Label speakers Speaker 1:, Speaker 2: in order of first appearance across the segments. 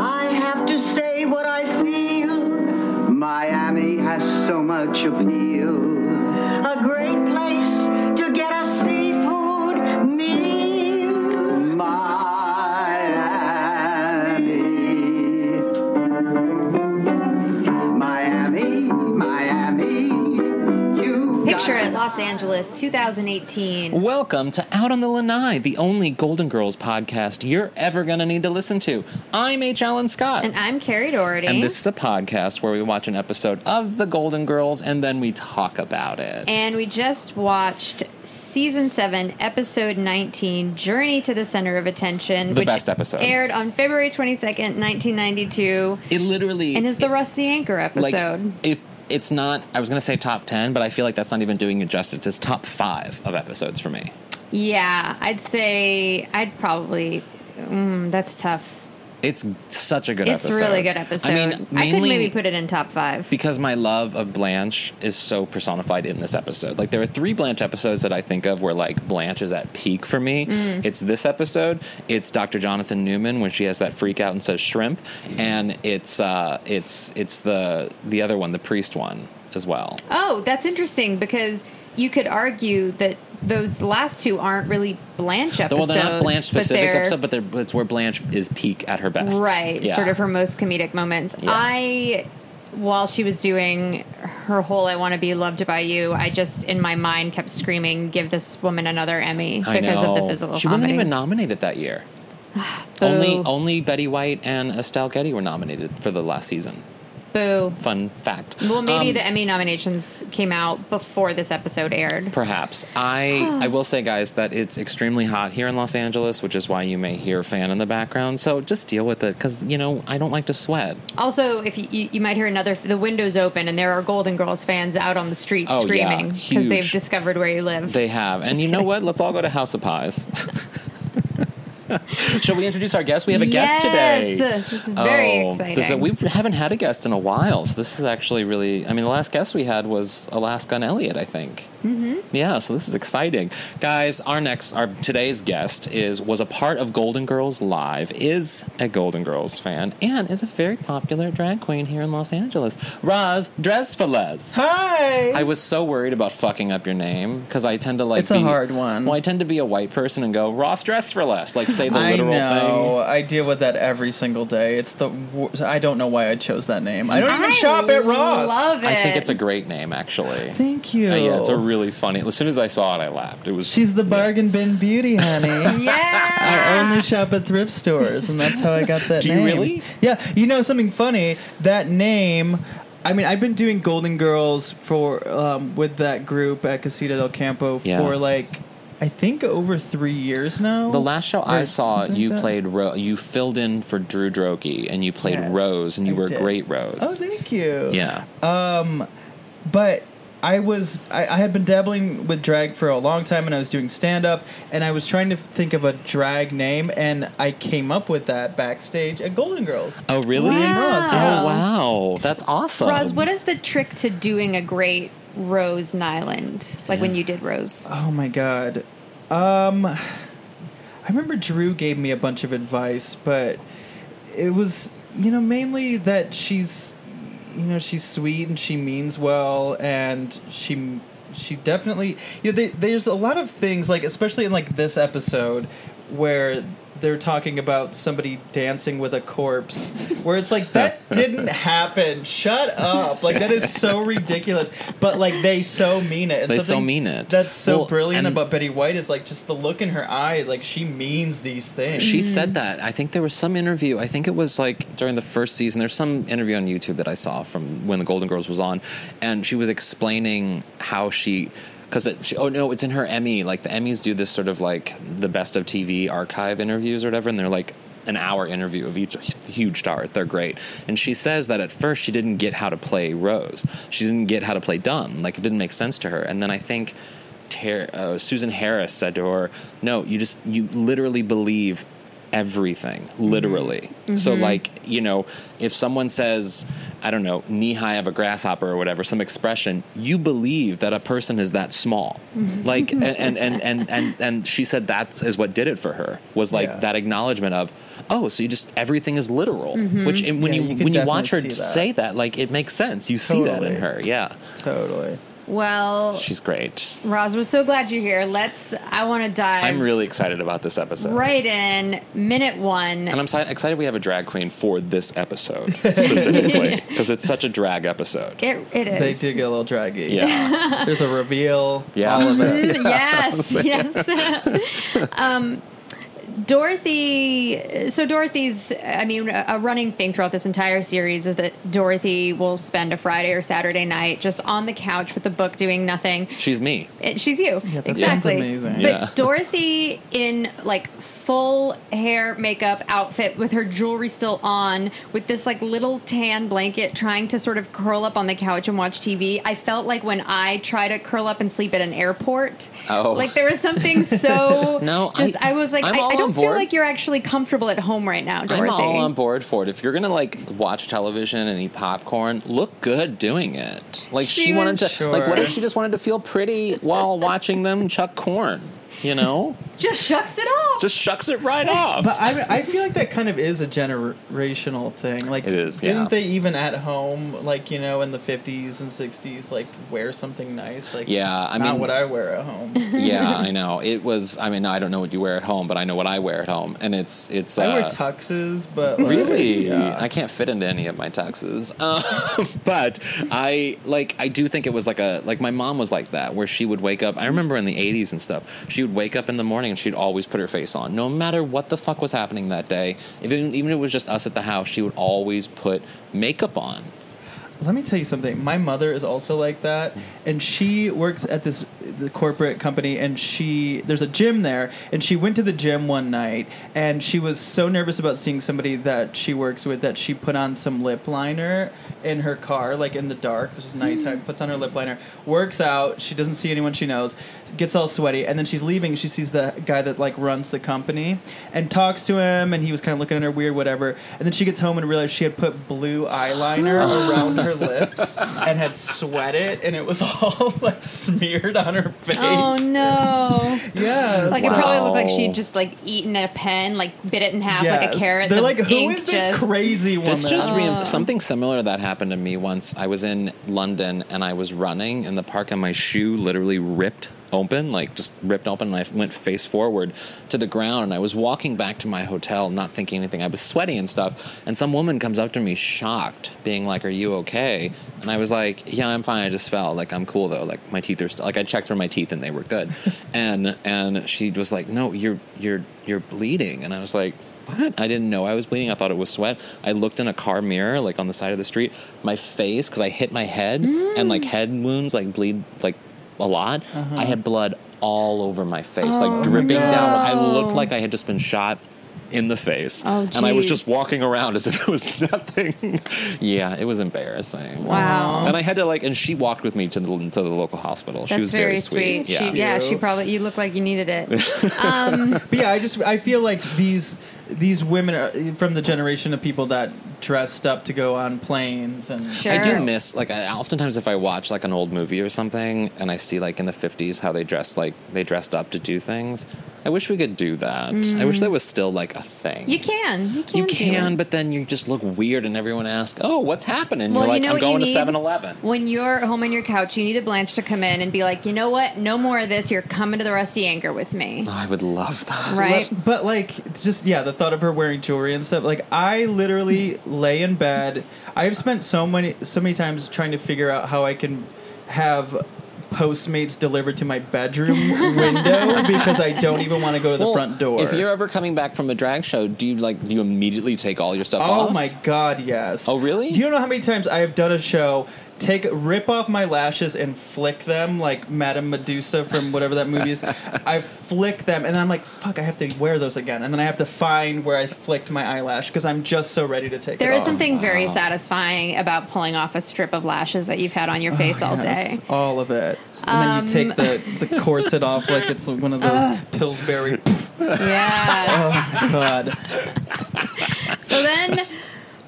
Speaker 1: I have to say what I feel. Miami has so much appeal. A great place to get a seafood meal. Miami. Miami, Miami. You got
Speaker 2: Picture it, Los Angeles, 2018.
Speaker 3: Welcome to Out on the Lanai, the only Golden Girls podcast you're ever going to need to listen to. I'm H. Allen Scott.
Speaker 2: And I'm Carrie Doherty.
Speaker 3: And this is a podcast where we watch an episode of The Golden Girls and then we talk about it.
Speaker 2: And we just watched season 7, episode 19, Journey to the Center of Attention.
Speaker 3: The best episode.
Speaker 2: Aired on February 22nd, 1992.
Speaker 3: it literally
Speaker 2: And is the Rusty Anchor
Speaker 3: like
Speaker 2: episode.
Speaker 3: it, it's not. I was going to say top ten, but I feel like that's not even doing it justice. It's top five of episodes for me.
Speaker 2: yeah, I'd say I'd probably. Mm, that's tough.
Speaker 3: It's such a good
Speaker 2: It's
Speaker 3: episode.
Speaker 2: really good episode.
Speaker 3: I mean,
Speaker 2: I could
Speaker 3: mainly-
Speaker 2: maybe put it in top five.
Speaker 3: because my love of Blanche is so personified in this episode. Like there are three Blanche episodes that I think of where like Blanche is at peak for me.
Speaker 2: Mm.
Speaker 3: It's this episode. It's Dr. Jonathan Newman when she has that freak out and says shrimp, and it's uh, it's it's the the other one, the priest one as well.
Speaker 2: Oh, that's interesting because you could argue that those last two aren't really Blanche
Speaker 3: Well,
Speaker 2: episodes.
Speaker 3: they're not Blanche
Speaker 2: but
Speaker 3: specific
Speaker 2: they're,
Speaker 3: episode, but they're, but it's where Blanche is peak at her best.
Speaker 2: right,
Speaker 3: Yeah.
Speaker 2: sort of her most comedic moments.
Speaker 3: Yeah.
Speaker 2: I, while she was doing her whole "I Want to Be Loved by You," I just in my mind kept screaming, "Give this woman another Emmy"
Speaker 3: I
Speaker 2: because of
Speaker 3: know.
Speaker 2: the physical.
Speaker 3: She wasn't
Speaker 2: comedy.
Speaker 3: even nominated that year.
Speaker 2: Boo.
Speaker 3: Only only Betty White and Estelle Getty were nominated for the last season.
Speaker 2: Boo.
Speaker 3: Fun fact.
Speaker 2: Well, maybe
Speaker 3: Um,
Speaker 2: the Emmy nominations came out before this episode aired.
Speaker 3: Perhaps I I will say, guys, that it's extremely hot here in Los Angeles, which is why you may hear a fan in the background. So just deal with it, because you know I don't like to sweat.
Speaker 2: Also, if you, you, you might hear another, the windows open and there are Golden Girls fans out on the street
Speaker 3: Oh, yeah.
Speaker 2: screaming because
Speaker 3: Huge.
Speaker 2: they've discovered where you live.
Speaker 3: They have, and you know what? Let's all go to House of Pies. Shall we introduce our guest? We have a guest today. Oh,
Speaker 2: Yes! This is very
Speaker 4: Oh.
Speaker 2: exciting.
Speaker 3: This is- we haven't had a guest in a while, so this is actually really. I mean, the last guest we had was Alaskan Elliot, I think. Mm-hmm. Yeah, so this is exciting, guys. Our next, our today's guest is was a part of Golden Girls Live, is a Golden Girls fan, and is a very popular drag queen here in Los Angeles. Roz Dresfeles.
Speaker 4: Hi.
Speaker 3: I was so worried about fucking up your name because I tend to like.
Speaker 4: It's a
Speaker 3: be-
Speaker 4: hard one.
Speaker 3: Well, I tend to be a white person and go Ross dress for less, like say the
Speaker 4: I
Speaker 3: literal
Speaker 4: know.
Speaker 3: thing.
Speaker 4: I deal with that every single day. It's the. Wor- I don't know why I chose that name. I don't even
Speaker 2: I
Speaker 4: shop at Ross.
Speaker 2: love it.
Speaker 3: I think it's a great name, actually.
Speaker 4: Thank you.
Speaker 3: Uh, yeah, it's a really funny. As soon as I saw it, I laughed. It was.
Speaker 4: She's the bargain bin beauty, honey. I
Speaker 2: yeah.
Speaker 4: only shop at thrift stores, and that's how I got that
Speaker 3: Do you
Speaker 4: name.
Speaker 3: really?
Speaker 4: Yeah. You know something funny? That name. I mean, I've been doing Golden Girls for um, with that group at Casita del Campo
Speaker 3: Yeah.
Speaker 4: for like, I think over three years now.
Speaker 3: the last show
Speaker 4: Or
Speaker 3: I saw,
Speaker 4: something like
Speaker 3: you
Speaker 4: that.
Speaker 3: played. Ro- you filled in for Drew Droege, and you played
Speaker 4: Yes,
Speaker 3: Rose, and you
Speaker 4: I
Speaker 3: were a
Speaker 4: did.
Speaker 3: great Rose.
Speaker 4: Oh, thank you.
Speaker 3: yeah.
Speaker 4: but I was I, I had been dabbling with drag for a long time, and I was doing stand up, and I was trying to think of a drag name, and I came up with that backstage at Golden Girls.
Speaker 3: oh, really?
Speaker 4: Roz, yeah.
Speaker 3: Oh, wow. That's awesome.
Speaker 2: Roz, what is the trick to doing a great Rose Nyland? Like when you did Rose.
Speaker 4: Oh my god. Um, I remember Drew gave me a bunch of advice, but it was you know mainly that she's you know she's sweet and she means well and she she definitely you know they, there's a lot of things like especially in like this episode where they're talking about somebody dancing with a corpse, where it's like that didn't happen. Shut up! Like that is so ridiculous. But like they so mean it. And
Speaker 3: They so
Speaker 4: something
Speaker 3: mean it.
Speaker 4: That's so
Speaker 3: Well,
Speaker 4: brilliant
Speaker 3: and-
Speaker 4: about Betty White is like just the look in her eye. Like she means these things.
Speaker 3: She said that. I think there was some interview. I think it was like during the first season. There's some interview on YouTube that I saw from when the Golden Girls was on, and she was explaining how she. Because she, oh no, it's in her Emmy. Like the Emmys do this sort of like the best of TV archive interviews or whatever, and they're like an hour interview of each huge star. They're great. And she says that at first she didn't get how to play Rose. She didn't get how to play dumb. Like it didn't make sense to her. And then I think Ter- uh, Susan Harris said to her, "No, you just you literally believe everything,
Speaker 4: Mm-hmm.
Speaker 3: literally. So like you know, if someone says, I don't know, knee high of a grasshopper or whatever, some expression, you believe that a person is that small.
Speaker 4: Mm-hmm.
Speaker 3: Like and and and and and, and she said that is what did it for her was like
Speaker 4: Yeah.
Speaker 3: that acknowledgement of." Oh, so you just everything is literal, which and when
Speaker 4: Mm-hmm. Yeah,
Speaker 3: you,
Speaker 4: you could
Speaker 3: when you
Speaker 4: definitely
Speaker 3: watch her
Speaker 4: see that.
Speaker 3: say that, like it makes sense. You see that in
Speaker 4: Totally.
Speaker 3: her, yeah.
Speaker 4: totally.
Speaker 2: Well,
Speaker 3: She's great.
Speaker 2: Roz, we're so glad you're here. Let's. I want to dive
Speaker 3: I'm really excited about this episode.
Speaker 2: right in minute one.
Speaker 3: And I'm si- excited we have a drag queen for this episode specifically because it's such a drag episode.
Speaker 2: it, it is.
Speaker 4: They did get a little draggy.
Speaker 3: Yeah.
Speaker 4: There's a reveal.
Speaker 3: Yeah.
Speaker 4: All of it.
Speaker 2: yes, yes. um, Dorothy. So Dorothy's. I mean, a a running thing throughout this entire series is that Dorothy will spend a Friday or Saturday night just on the couch with the book, doing nothing.
Speaker 3: She's me.
Speaker 2: It, she's you.
Speaker 4: that sounds
Speaker 2: exactly.
Speaker 4: amazing.
Speaker 2: But
Speaker 3: Yeah.
Speaker 2: Dorothy in like full hair makeup outfit with her jewelry still on with this like little tan blanket trying to sort of curl up on the couch and watch TV. I felt like when I try to curl up and sleep at an airport.
Speaker 3: Oh.
Speaker 2: Like there was something so
Speaker 3: No,
Speaker 2: just
Speaker 3: I-
Speaker 2: I, was like I,
Speaker 3: I'm all
Speaker 2: I
Speaker 3: on
Speaker 2: don't feel
Speaker 3: board.
Speaker 2: like you're actually comfortable at home right now, Dorothy.
Speaker 3: I'm all on board for it. If you're gonna like watch television and eat popcorn, look good doing it. Like she,
Speaker 2: She
Speaker 3: wanted
Speaker 2: was-
Speaker 3: to. Like what if
Speaker 4: Sure.
Speaker 3: she just wanted to feel pretty while watching them chuck corn? You know,
Speaker 2: Just shucks it off.
Speaker 3: just shucks it right off.
Speaker 4: But I, I feel like that kind of is a generational thing. Like
Speaker 3: It is,
Speaker 4: Didn't
Speaker 3: yeah.
Speaker 4: they even at home, like you know, in the fifties and sixties, like wear something nice? Like
Speaker 3: Yeah, I
Speaker 4: not
Speaker 3: mean-
Speaker 4: what I wear at home.
Speaker 3: yeah, I know. It was. I mean, I don't know what you wear at home, but I know what I wear at home, and it's it's.
Speaker 4: I wear
Speaker 3: uh,
Speaker 4: tuxes, but like,
Speaker 3: Really?
Speaker 4: yeah.
Speaker 3: I can't fit into any of my tuxes. Um, but I like I do think it was like a like my mom was like that where she would wake up. I remember in the 80s and stuff. She would wake up in the morning and she'd always put her face on no matter what the fuck was happening that day. Even even if it was just us at the house, she would always put makeup on.
Speaker 4: Let me tell you something. My mother is also like that, and she works at this the corporate company. And she there's a gym there, and she went to the gym one night, and she was so nervous about seeing somebody that she works with that she put on some lip liner in her car, like in the dark. This is nighttime. Puts on her lip liner, works out. She doesn't see anyone she knows, gets all sweaty, and then she's leaving. She sees the guy that like runs the company and talks to him, and he was kind of looking at her weird, whatever. And then she gets home and realized she had put blue eyeliner around her lips and had sweat it, and it was all like smeared on her face.
Speaker 2: Oh no.
Speaker 4: Yeah,
Speaker 2: Like
Speaker 3: Wow.
Speaker 2: it probably looked like she'd just like eaten a pen, like bit it in half like a carrot.
Speaker 4: They're
Speaker 2: the
Speaker 4: like, who
Speaker 2: ink
Speaker 4: is this
Speaker 2: just- Oh.
Speaker 4: crazy woman?
Speaker 3: This just rein- something similar to that happened to me once. I was in London and I was running in the park and my shoe literally ripped open, like just ripped open, and I went face forward to the ground. And I was walking back to my hotel, not thinking anything. I was sweaty and stuff. And some woman comes up to me, shocked, being like, "Are you okay?" And I was like, "Yeah, I'm fine. I just fell. Like I'm cool though. Like my teeth are still. Like I checked for my teeth and they were good." and and she was like, "No, you're you're you're bleeding." And I was like what? I didn't know I was bleeding. I thought it was sweat. I looked in a car mirror, like on the side of the street. My face, because I hit my head, and like
Speaker 2: Mm.
Speaker 3: head wounds, like bleed, like a lot.
Speaker 2: Uh-huh.
Speaker 3: I had blood all over my face,
Speaker 2: Oh
Speaker 3: like dripping down. I looked like I had just been shot in the face,
Speaker 2: Oh,
Speaker 3: and I was
Speaker 2: jeez.
Speaker 3: just walking around as if it was nothing. yeah, it was embarrassing.
Speaker 2: Wow.
Speaker 3: And I had to like, and she walked with me to the to the local hospital. she
Speaker 2: That's
Speaker 3: was very,
Speaker 2: very sweet. She, yeah, she probably. You look like you needed it.
Speaker 4: But yeah, I just I feel like these these women are from the generation of people that dressed up to go on planes and
Speaker 2: Sure.
Speaker 3: I do miss like I, oftentimes if I watch like an old movie or something and I see like in the fifties how they dressed like they dressed up to do things. I wish we could do that. I wish that was still like a thing.
Speaker 2: You can. You can.
Speaker 3: You
Speaker 2: do
Speaker 3: can,
Speaker 2: it.
Speaker 3: but then you just look weird and everyone asks, oh, what's happening?
Speaker 2: Well,
Speaker 3: You're
Speaker 2: you
Speaker 3: like,
Speaker 2: know
Speaker 3: I'm
Speaker 2: what you
Speaker 3: going to
Speaker 2: need?
Speaker 3: 7 Eleven.
Speaker 2: When you're home on your couch, you need a Blanche to come in and be like, you know what? No more of this. You're coming to the rusty anger with me.
Speaker 3: Oh, I would love that.
Speaker 2: Right?
Speaker 4: But, but, like, it's just yeah, the thought of her wearing jewelry and stuff. Like, I literally lay in bed. I've spent so many so many times trying to figure out how I can have Postmates delivered to my bedroom window because I don't even want to go to the
Speaker 3: Well,
Speaker 4: front door.
Speaker 3: If you're ever coming back from a drag show, do you like do you immediately take all your stuff
Speaker 4: Oh
Speaker 3: off?
Speaker 4: my god, yes.
Speaker 3: Oh, really?
Speaker 4: Do you know how many times I have done a show, take rip off my lashes and flick them like Madame Medusa from whatever that movie is. I flick them and I'm like, fuck, I have to wear those again. And then I have to find where I flicked my eyelash because I'm just so ready to take
Speaker 2: There
Speaker 4: it
Speaker 2: is
Speaker 4: off.
Speaker 2: something very satisfying about pulling off a strip of lashes that you've had on your
Speaker 3: Oh,
Speaker 2: face all
Speaker 4: Yes,
Speaker 2: day. Um,
Speaker 4: All of it. And then you take the, the corset off like it's one of those Pillsbury.
Speaker 2: Yeah.
Speaker 4: Oh my god.
Speaker 2: so then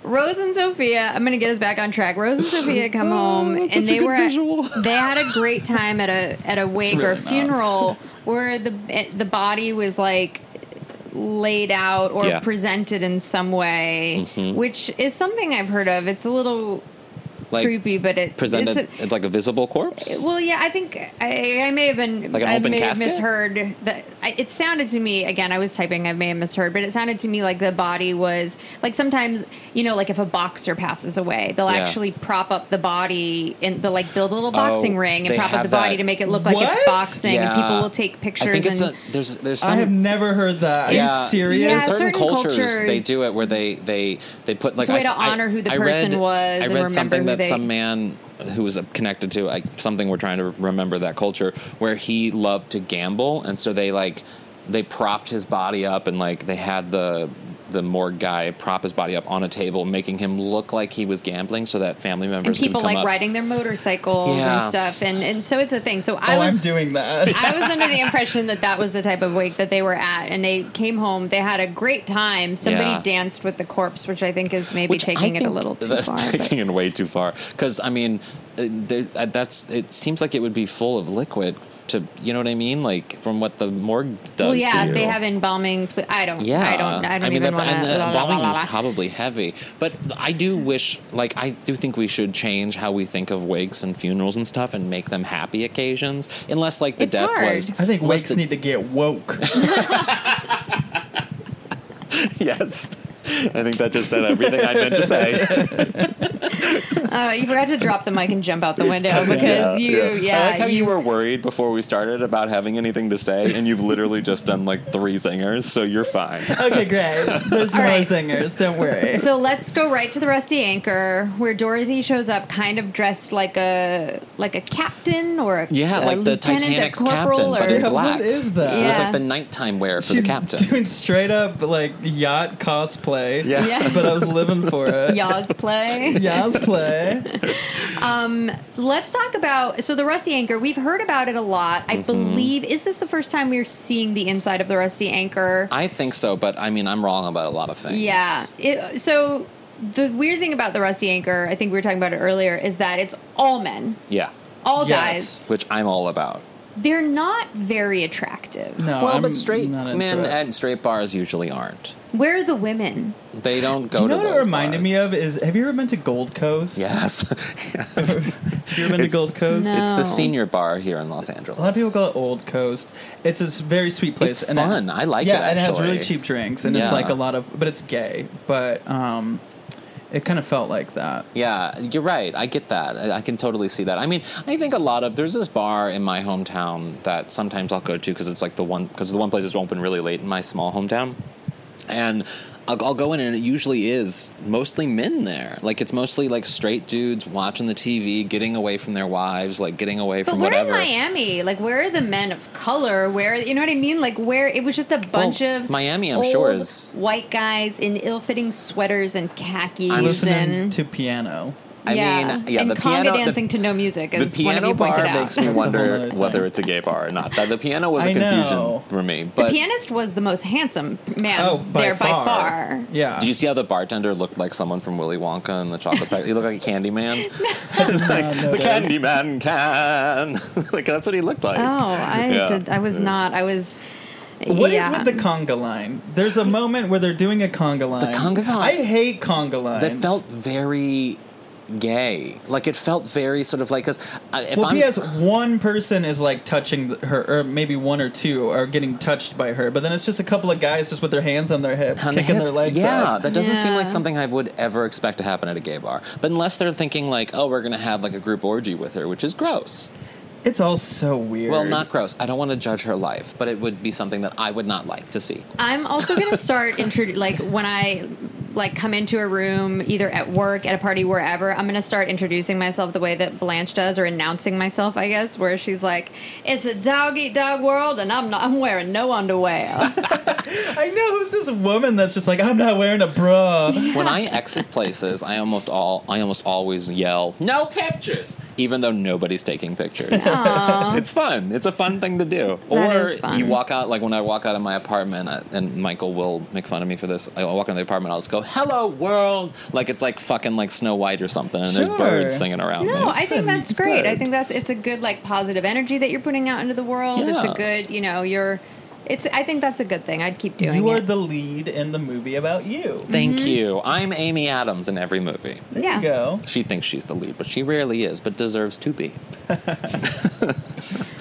Speaker 2: Rose and Sophia, I'm going to get us back on track. Rose and Sophia come home and they were at- they had a great time at a at a wake or
Speaker 4: really not.
Speaker 2: funeral where the eh, the body was like laid out or
Speaker 3: Yeah. Mm-hmm.
Speaker 2: presented in some way, which is something I've heard of. It's a little
Speaker 3: like,
Speaker 2: creepy, but it
Speaker 3: presented.
Speaker 2: it's
Speaker 3: It's,
Speaker 2: a-
Speaker 3: like a visible corpse.
Speaker 2: Well, yeah, I think I, I may have been.
Speaker 3: Like an
Speaker 2: I
Speaker 3: open
Speaker 2: may
Speaker 3: casket?
Speaker 2: have misheard. That I, it sounded to me again. I was typing. I may have misheard, but it sounded to me like the body was like sometimes you know, like if a boxer passes away, they'll
Speaker 3: Yeah.
Speaker 2: actually prop up the body and they'll like build a little boxing ring
Speaker 3: Oh, they
Speaker 2: and prop up
Speaker 3: have
Speaker 2: the body
Speaker 3: that.
Speaker 2: to make it look like
Speaker 4: What?
Speaker 2: it's boxing, and people
Speaker 3: Yeah.
Speaker 2: will take pictures.
Speaker 3: I think it's
Speaker 2: and
Speaker 3: a, there's there's some
Speaker 4: I have never heard that. Are
Speaker 3: Um, Yeah.
Speaker 4: you serious?
Speaker 2: Yeah,
Speaker 3: in certain,
Speaker 2: certain
Speaker 3: cultures,
Speaker 2: cultures-
Speaker 3: they do it where they they they put like
Speaker 2: It's a way
Speaker 3: I s-
Speaker 2: to honor who the
Speaker 3: I read-
Speaker 2: person was
Speaker 3: I
Speaker 2: and
Speaker 3: read
Speaker 2: remember
Speaker 3: something
Speaker 2: who
Speaker 3: that
Speaker 2: they-
Speaker 3: some man who was uh, connected to I, something we're trying to remember that culture where he loved to gamble and so they like they propped his body up and like they had the the morgue guy prop his body up on a table making him look like he was gambling so that family members
Speaker 2: and
Speaker 3: can
Speaker 2: people
Speaker 3: come
Speaker 2: like
Speaker 3: up.
Speaker 2: riding their motorcycles
Speaker 3: Yeah.
Speaker 2: and stuff, and and so it's a thing. So I
Speaker 4: Oh,
Speaker 2: was
Speaker 4: I'm doing that.
Speaker 2: I was under the impression that that was the type of wake that they were at, and they came home. They had a great time. Somebody
Speaker 3: Yeah.
Speaker 2: danced with the corpse, which I think is maybe
Speaker 3: Which I
Speaker 2: taking it a
Speaker 3: think
Speaker 2: little too
Speaker 3: that's
Speaker 2: far.
Speaker 3: Taking
Speaker 2: but-
Speaker 3: it way too far, because I mean, uh, there, uh, that's it. Seems like it would be full of liquid to, you know what I mean? Like from what the morgue does.
Speaker 2: Well,
Speaker 3: to
Speaker 2: yeah, if
Speaker 3: you.
Speaker 2: they have embalming. Flu- I don't.
Speaker 3: Yeah,
Speaker 2: I don't. I don't even
Speaker 3: that-
Speaker 2: want
Speaker 3: and, uh,
Speaker 2: to.
Speaker 3: Embalming is probably heavy, but I do wish, like, I do think we should change how we think of wakes and funerals and stuff, and make them happy occasions. Unless, like, the
Speaker 2: It's
Speaker 3: death
Speaker 2: hard.
Speaker 3: was.
Speaker 4: I think
Speaker 3: unless
Speaker 4: wakes
Speaker 3: the-
Speaker 4: need to get woke.
Speaker 3: Yes, I think that just said everything I meant to say.
Speaker 2: Uh, you forgot to drop the mic and jump out the window because you. Uh, Yeah,
Speaker 3: I like how you, were worried before we started about having anything to say, and you've literally just done like three singers, so you're fine.
Speaker 4: okay, great. There's more
Speaker 2: right.
Speaker 4: singers. Don't worry.
Speaker 2: So let's go right to the rusty anchor, where Dorothy shows up, kind of dressed like a like a captain or a
Speaker 3: Yeah,
Speaker 2: a
Speaker 3: like the
Speaker 2: lieutenant,
Speaker 3: Titanic's
Speaker 2: a corporal,
Speaker 3: captain, but
Speaker 2: or
Speaker 3: in
Speaker 4: Yeah,
Speaker 3: black.
Speaker 4: What is that?
Speaker 3: It was
Speaker 2: Yeah.
Speaker 3: like the nighttime wear for
Speaker 4: She's
Speaker 3: the captain.
Speaker 4: doing straight up like yacht cosplay.
Speaker 3: Yeah.
Speaker 2: Yeah.
Speaker 4: But I was living for it.
Speaker 2: Yaw's play.
Speaker 4: Yacht play.
Speaker 2: Let's talk about so the rusty anchor. We've heard about it a lot.
Speaker 3: Mm-hmm.
Speaker 2: I believe is this the first time we're seeing the inside of the rusty anchor?
Speaker 3: I think so, but I mean, I'm wrong about a lot of things.
Speaker 2: yeah. It, so the weird thing about the rusty anchor, I think we were talking about it earlier, is that it's all men,
Speaker 3: Yeah.
Speaker 2: all
Speaker 4: Yes.
Speaker 2: guys.
Speaker 3: Which I'm all about.
Speaker 2: They're not very attractive.
Speaker 4: No,
Speaker 3: well,
Speaker 4: I'm
Speaker 3: but straight
Speaker 4: not into
Speaker 3: men
Speaker 4: it.
Speaker 3: at straight bars usually aren't.
Speaker 2: Where are the women?
Speaker 3: They don't go
Speaker 4: you know
Speaker 3: to
Speaker 4: what it
Speaker 3: those
Speaker 4: reminded
Speaker 3: bars.
Speaker 4: me of is have you ever been to Gold Coast?
Speaker 3: Yes.
Speaker 4: Have you ever been to
Speaker 3: It's-
Speaker 4: Gold Coast?
Speaker 2: No.
Speaker 3: It's the senior bar here in Los Angeles.
Speaker 4: A lot of people call it Old Coast. It's a s- very sweet place.
Speaker 3: It's fun. I like
Speaker 4: yeah,
Speaker 3: it,
Speaker 4: and it has
Speaker 3: actually.
Speaker 4: really cheap drinks, and
Speaker 3: Yeah.
Speaker 4: it's like a lot of, but it's gay. But um, it kind of felt like that.
Speaker 3: Yeah, you're right. I get that. I, I can totally see that. I mean, I think a lot of there's this bar in my hometown that sometimes I'll go to because it's like the one because the one place is open really late in my small hometown, and I'll, I'll go in and it usually is mostly men there. Like it's mostly like straight dudes watching the TV, getting away from their wives, like getting away
Speaker 2: But
Speaker 3: from
Speaker 2: we're
Speaker 3: whatever.
Speaker 2: in Miami. Like, where are the men of color? Where you know what I mean? Like, where it was just a bunch
Speaker 3: Well,
Speaker 2: of
Speaker 3: Miami, I'm sure,
Speaker 2: old
Speaker 3: is-
Speaker 2: white guys in ill-fitting sweaters and khakis.
Speaker 3: I'm
Speaker 4: Listening
Speaker 2: and,
Speaker 4: to piano.
Speaker 3: I mean, yeah,
Speaker 2: and
Speaker 3: the
Speaker 2: conga
Speaker 3: piano- the-
Speaker 2: dancing to no music.
Speaker 3: the
Speaker 2: As one of
Speaker 3: piano
Speaker 2: you
Speaker 3: bar
Speaker 2: pointed out.
Speaker 3: makes me
Speaker 4: That's a whole
Speaker 3: wonder
Speaker 4: other thing.
Speaker 3: whether it's a gay bar or not. That the piano was
Speaker 4: I
Speaker 3: a confusion
Speaker 4: know.
Speaker 3: for me.
Speaker 2: the
Speaker 3: But
Speaker 2: pianist was the most handsome man
Speaker 4: Oh, by
Speaker 2: there by
Speaker 4: far.
Speaker 2: far.
Speaker 4: Yeah.
Speaker 3: Did you see how the bartender looked like someone from Willy Wonka and the Chocolate Factory? He looked like a candy man. the candy man can. like that's what he looked like.
Speaker 2: Oh, I did. I was not. I was.
Speaker 4: What is
Speaker 2: yeah.
Speaker 4: with the conga line? There's a moment where they're doing a conga line.
Speaker 3: conga line.
Speaker 4: I hate conga lines.
Speaker 3: that felt very gay. Like it felt very sort of like because if
Speaker 4: Well,
Speaker 3: I'm
Speaker 4: PS one person is like touching th- her, or maybe one or two are getting touched by her, but then it's just a couple of guys just with their hands on their hips,
Speaker 3: on the
Speaker 4: kicking
Speaker 3: hips,
Speaker 4: their legs
Speaker 3: yeah,
Speaker 4: out.
Speaker 3: that doesn't seem like
Speaker 2: Yeah.
Speaker 3: something I would ever expect to happen at a gay bar. But unless they're thinking like, oh, we're gonna have like a group orgy with her, which is gross.
Speaker 4: It's all so weird.
Speaker 3: Well, not gross. I don't want to judge her life, but it would be something that I would not like to see.
Speaker 2: I'm also gonna start introdu- like when I like come into a room either at work at a party wherever i'm gonna start introducing myself the way that blanche does or announcing myself i guess where she's like it's a dog eat dog world and i'm not i'm wearing no underwear
Speaker 4: I know who's this woman that's just like, I'm not wearing a bra.
Speaker 3: When I exit places, I almost all I almost always yell, "No pictures!" even though nobody's taking pictures. it's fun. It's a fun thing to do.
Speaker 2: That
Speaker 3: or
Speaker 2: is fun.
Speaker 3: you walk out like when I walk out of my apartment I, and Michael will make fun of me for this. I walk into the apartment, I'll just go, "Hello world!" like it's like fucking like Snow White or something and
Speaker 4: Sure.
Speaker 3: there's birds singing around me.
Speaker 2: No, I
Speaker 4: Listen,
Speaker 2: think that's
Speaker 4: it's
Speaker 2: great. I
Speaker 4: good.
Speaker 2: think that's it's a good like positive energy that you're putting out into the world. It's
Speaker 3: Yeah.
Speaker 2: a good, you know, you're it's I think that's a good thing. I'd keep doing
Speaker 4: You are
Speaker 2: it.
Speaker 4: the lead in the movie about you.
Speaker 3: Thank you. I'm Amy Adams in every movie.
Speaker 4: There
Speaker 2: Yeah.
Speaker 4: you go.
Speaker 3: She thinks she's the lead, but she rarely is, but deserves to be.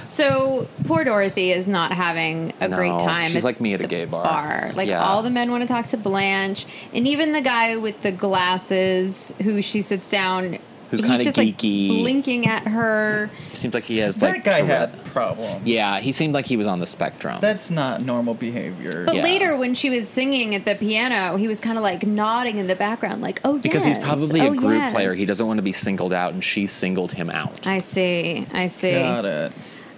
Speaker 2: so poor Dorothy is not having a
Speaker 3: No,
Speaker 2: great time.
Speaker 3: she's like me at a
Speaker 2: the
Speaker 3: gay bar.
Speaker 2: Like
Speaker 3: Yeah.
Speaker 2: all the men want to talk to Blanche and even the guy with the glasses who she sits down
Speaker 3: Who's
Speaker 2: he's
Speaker 3: kinda
Speaker 2: just, like,
Speaker 3: geeky.
Speaker 2: blinking at her.
Speaker 3: Seems like he has like
Speaker 4: that guy
Speaker 3: Tourette.
Speaker 4: had problems.
Speaker 3: Yeah, he seemed like he was on the spectrum.
Speaker 4: That's not normal behavior.
Speaker 2: But
Speaker 3: Yeah.
Speaker 2: later, when she was singing at the piano, he was kind of like nodding in the background, like, "Oh,
Speaker 3: because
Speaker 2: yes.
Speaker 3: he's probably
Speaker 2: Oh,
Speaker 3: a group
Speaker 2: yes."
Speaker 3: player. He doesn't want to be singled out, and she singled him out.
Speaker 2: I see. I see.
Speaker 4: Got it.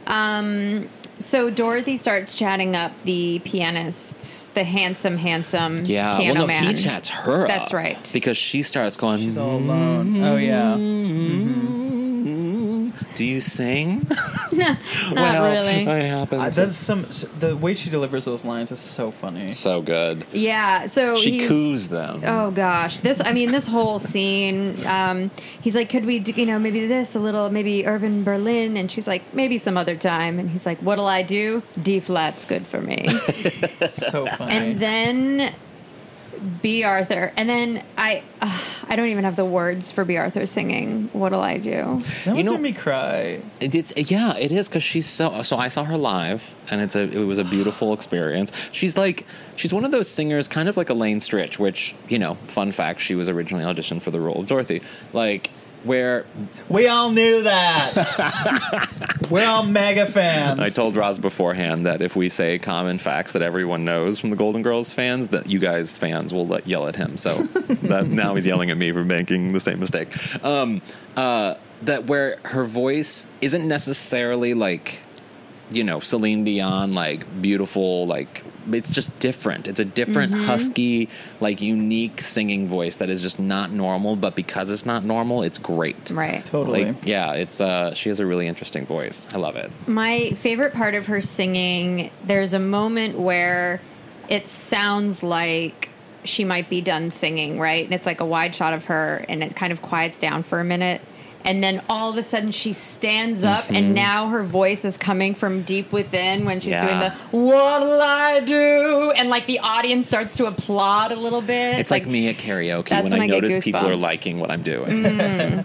Speaker 2: Um, so Dorothy starts chatting up the pianist, the handsome, handsome
Speaker 3: Yeah,
Speaker 2: piano
Speaker 3: well, no,
Speaker 2: man.
Speaker 3: he chats her.
Speaker 2: That's
Speaker 3: up
Speaker 2: right.
Speaker 3: Because she starts going.
Speaker 4: She's all alone. Oh yeah.
Speaker 3: Mm-hmm. "Mm, Do you sing?
Speaker 2: Not
Speaker 3: well,
Speaker 2: really.
Speaker 3: I happen
Speaker 4: Uh,
Speaker 3: to.
Speaker 4: that's some. The way she delivers those lines is so funny.
Speaker 3: so good.
Speaker 2: yeah. So
Speaker 3: she
Speaker 2: Oh, he's,
Speaker 3: coos them.
Speaker 2: Oh gosh, this. I mean, this whole scene. Um, he's like, "Could we, do, you know, maybe this a little, maybe Irvin Berlin?" And she's like, "Maybe some other time." And he's like, "What'll I do? D flat's good for me."
Speaker 4: so funny.
Speaker 2: and then B. Arthur, and then I, uh, I don't even have the words for B. Arthur singing. What'll I do?
Speaker 4: that
Speaker 3: you
Speaker 4: you
Speaker 3: know-
Speaker 4: made me cry.
Speaker 3: It- It's yeah, it is because she's so. So I saw her live, and it's a it was a beautiful experience. She's like she's one of those singers, kind of like Elaine Stritch, which you know, fun fact, she was originally auditioned for the role of Dorothy, like where
Speaker 4: We all knew that. We're all mega fans.
Speaker 3: I told Roz beforehand that if we say common facts that everyone knows from the Golden Girls fans, that you guys fans will let, yell at him. So that, now he's yelling at me for making the same mistake. Um, uh, that where her voice isn't necessarily like, you know, Celine Dion, like beautiful, like it's just different. It's a different husky, like unique singing voice that is just not normal. But because it's not normal, it's great.
Speaker 2: Right.
Speaker 4: totally.
Speaker 3: Like, yeah, it's uh, she has a really interesting voice. I love it.
Speaker 2: My favorite part of her singing, there's a moment where it sounds like she might be done singing, right? And it's like a wide shot of her and it kind of quiets down for a minute. And then all of a sudden she stands up
Speaker 3: Mm-hmm.
Speaker 2: and now her voice is coming from deep within when she's doing
Speaker 3: Yeah.
Speaker 2: the what'll I do? And like the audience starts to applaud a little bit.
Speaker 3: It's like, me at karaoke
Speaker 2: that's
Speaker 3: when,
Speaker 2: when
Speaker 3: I
Speaker 2: I get
Speaker 3: notice people are
Speaker 2: goosebumps. Mm.
Speaker 3: liking what I'm doing.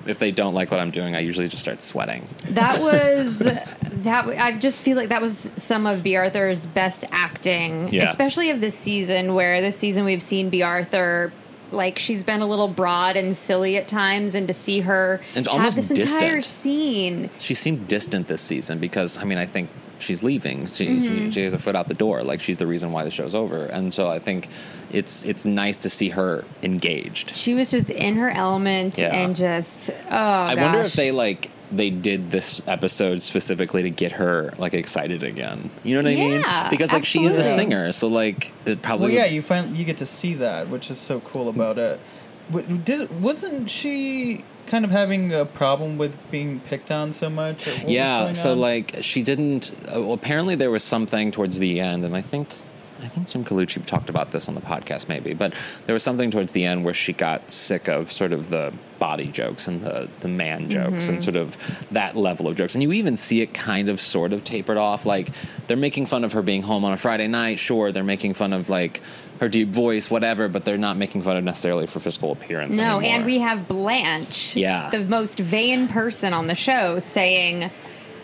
Speaker 3: if they don't like what I'm doing, I usually just start sweating.
Speaker 2: That was that. w- I just feel like that was some of B. Arthur's best acting,
Speaker 3: Yeah.
Speaker 2: especially of this season. Where this season we've seen B. Arthur, like she's been a little broad and silly at times, and to see her
Speaker 3: And
Speaker 2: have
Speaker 3: almost
Speaker 2: this entire
Speaker 3: distant.
Speaker 2: scene,
Speaker 3: She seemed distant this season because I mean I think she's leaving. She,
Speaker 2: Mm-hmm.
Speaker 3: she she has a foot out the door. Like she's the reason why the show's over. And so I think it's it's nice to see her engaged.
Speaker 2: she was just in her element
Speaker 3: Yeah.
Speaker 2: and just oh.
Speaker 3: I wonder if they like they did this episode specifically to get her like excited again. You know what I mean?
Speaker 2: Yeah,
Speaker 3: Because like she is a
Speaker 2: absolutely.
Speaker 3: singer, so like it probably
Speaker 4: Well,
Speaker 3: would-
Speaker 4: yeah, you find you get to see that, which is so cool about it. What- Did, wasn't she kind of having a problem with being picked on so much? or what was
Speaker 3: yeah
Speaker 4: going
Speaker 3: so
Speaker 4: on?
Speaker 3: like she didn't uh, well, apparently there was something towards the end and i think I think Jim Colucci talked about this on the podcast, maybe, but there was something towards the end where she got sick of sort of the body jokes and the, the man
Speaker 4: Mm-hmm.
Speaker 3: jokes and sort of that level of jokes. And you even see it kind of sort of tapered off. Like they're making fun of her being home on a Friday night. Sure, they're making fun of like her deep voice, whatever, but they're not making fun of necessarily for physical appearance.
Speaker 2: No, and
Speaker 3: anymore.
Speaker 2: we have Blanche,
Speaker 3: Yeah.
Speaker 2: the most vain person on the show, saying,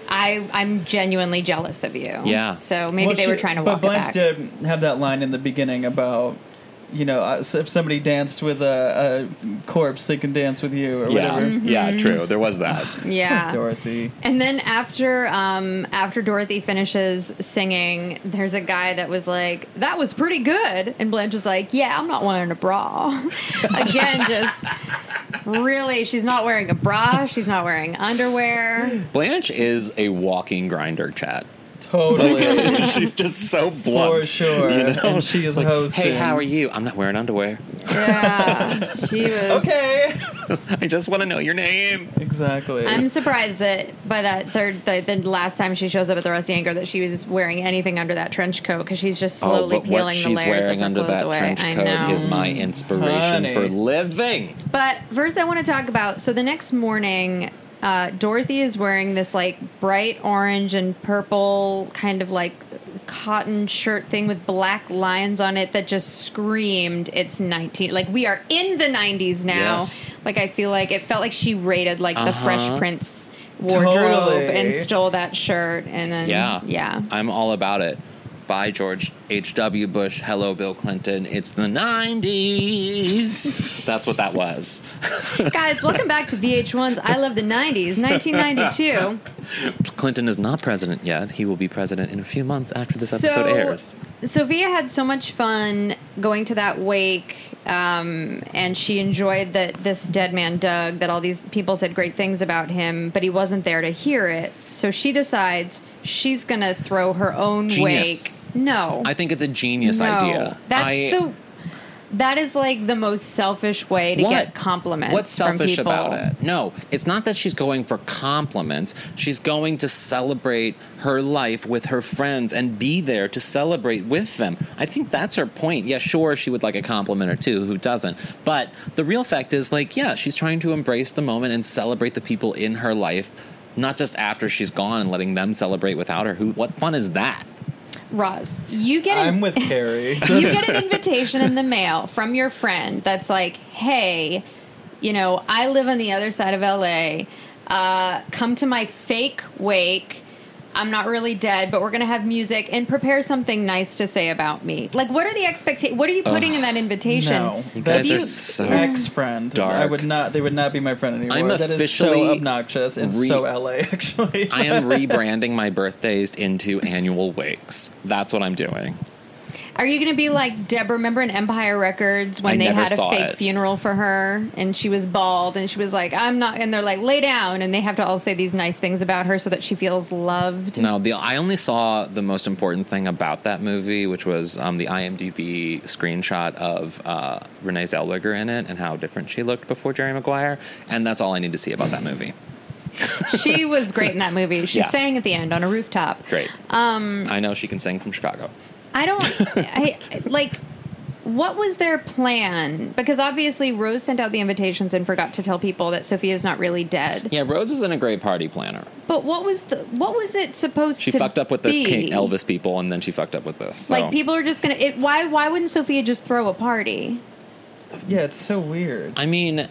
Speaker 2: "I I'm genuinely jealous of you."
Speaker 3: Yeah.
Speaker 2: So maybe
Speaker 4: Well,
Speaker 2: they
Speaker 4: she-
Speaker 2: were trying to
Speaker 4: but
Speaker 2: walk
Speaker 4: Blanche
Speaker 2: it back.
Speaker 4: did have that line in the beginning about you know uh, so if somebody danced with a, a corpse, they can dance with you or
Speaker 3: yeah,
Speaker 4: whatever.
Speaker 3: yeah, true. There was that.
Speaker 2: Mm-hmm. Yeah.
Speaker 4: Dorothy.
Speaker 2: And then after um, after Dorothy finishes singing, there's a guy that was like, "That was pretty good," and Blanche was like, "Yeah, I'm not wearing a bra." Again, just really, she's not wearing a bra. She's not wearing underwear.
Speaker 3: Blanche is a walking grinder chat.
Speaker 4: Totally.
Speaker 3: She's just so
Speaker 4: For
Speaker 3: blunt.
Speaker 4: sure. And she is
Speaker 3: Like,
Speaker 4: hosting.
Speaker 3: hey, how are you? I'm not wearing underwear.
Speaker 2: Yeah, she was.
Speaker 4: Okay.
Speaker 3: I just want to know your name.
Speaker 4: exactly.
Speaker 2: I'm surprised that by that third, the, the last time she shows up at the Rusty Anchor, that she was wearing anything under that trench coat because she's just slowly
Speaker 3: oh, but
Speaker 2: peeling
Speaker 3: what
Speaker 2: the
Speaker 3: she's
Speaker 2: layers of
Speaker 3: wearing
Speaker 2: her
Speaker 3: under
Speaker 2: clothes
Speaker 3: that
Speaker 2: away.
Speaker 3: trench
Speaker 2: I
Speaker 3: coat
Speaker 2: know.
Speaker 3: is my inspiration
Speaker 4: Honey.
Speaker 3: for living.
Speaker 2: But first, I want to talk about. So the next morning, uh, Dorothy is wearing this like bright orange and purple kind of like cotton shirt thing with black lines on it that just screamed, "It's 19." Like we are in the 90s now.
Speaker 3: Yes. Uh-huh.
Speaker 2: Like I feel like it felt like she raided like the Fresh Prince wardrobe
Speaker 4: Totally.
Speaker 2: and stole that shirt and then
Speaker 3: Yeah.
Speaker 2: yeah.
Speaker 3: I'm all about it. By George H.W. Bush. Hello, Bill Clinton. It's the 90s. That's what that was.
Speaker 2: Guys, welcome back to VH1's I Love the 90s, 1992.
Speaker 3: Clinton is not president yet. He will be president in a few months after this episode airs.
Speaker 2: Sophia had so much fun going to that wake, um, and she enjoyed that this dead man Doug, that all these people said great things about him, but he wasn't there to hear it. So she decides she's going to throw her own
Speaker 3: Genius.
Speaker 2: wake. No.
Speaker 3: I think it's a genius
Speaker 2: no.
Speaker 3: idea.
Speaker 2: That's
Speaker 3: I-
Speaker 2: the. That is like the most selfish way to get compliments.
Speaker 3: What's selfish
Speaker 2: from people.
Speaker 3: about it? No, it's not that she's going for compliments. She's going to celebrate her life with her friends and be there to celebrate with them. I think that's her point. Yeah, sure, she would like a compliment or two. Who doesn't? But the real fact is, like, yeah, she's trying to embrace the moment and celebrate the people in her life, not just after she's gone and letting them celebrate without her. Who? What fun is that?
Speaker 2: Roz, you get an
Speaker 4: I'm with Carrie.
Speaker 2: you get an invitation in the mail from your friend that's like, hey, you know, I live on the other side of LA. Uh, come to my fake wake. I'm not really dead, but we're going to have music and prepare something nice to say about me. Like, what are the expectations? What are you putting in that invitation?
Speaker 4: No,
Speaker 3: You
Speaker 4: That's
Speaker 3: guys
Speaker 2: you-
Speaker 3: are so
Speaker 4: ex friend.
Speaker 3: dark.
Speaker 4: I would not. They would not be my friend anymore.
Speaker 3: I'm
Speaker 4: that is so
Speaker 3: officially
Speaker 4: obnoxious. It's
Speaker 3: re-
Speaker 4: so LA. Actually,
Speaker 3: I am rebranding my birthdays into annual wakes. That's what I'm doing.
Speaker 2: Are you going to be like Deb? Remember in Empire Records when
Speaker 3: I
Speaker 2: they
Speaker 3: never
Speaker 2: had a
Speaker 3: saw
Speaker 2: fake
Speaker 3: it.
Speaker 2: funeral for her and she was bald and she was like, "I'm not," and they're like, "Lay down," and they have to all say these nice things about her so that she feels loved.
Speaker 3: No, the I only saw the most important thing about that movie, which was um, the IMDb screenshot of uh, Renee Zellweger in it and how different she looked before Jerry Maguire, and that's all I need to see about that movie.
Speaker 2: she was great in that movie. She
Speaker 3: Yeah.
Speaker 2: sang at the end on a rooftop.
Speaker 3: Great. Um, I know she can sing from Chicago.
Speaker 2: I don't I like what was their plan? Because obviously Rose sent out the invitations and forgot to tell people that Sophia's not really dead.
Speaker 3: Yeah, Rose isn't a great party planner.
Speaker 2: But what was the what was it supposed
Speaker 3: She
Speaker 2: to
Speaker 3: fucked up with the
Speaker 2: be?
Speaker 3: King Elvis people, and then she fucked up with this. so-
Speaker 2: Like people are just gonna it, why why wouldn't Sophia just throw a party?
Speaker 4: yeah, it's so weird.
Speaker 3: I mean,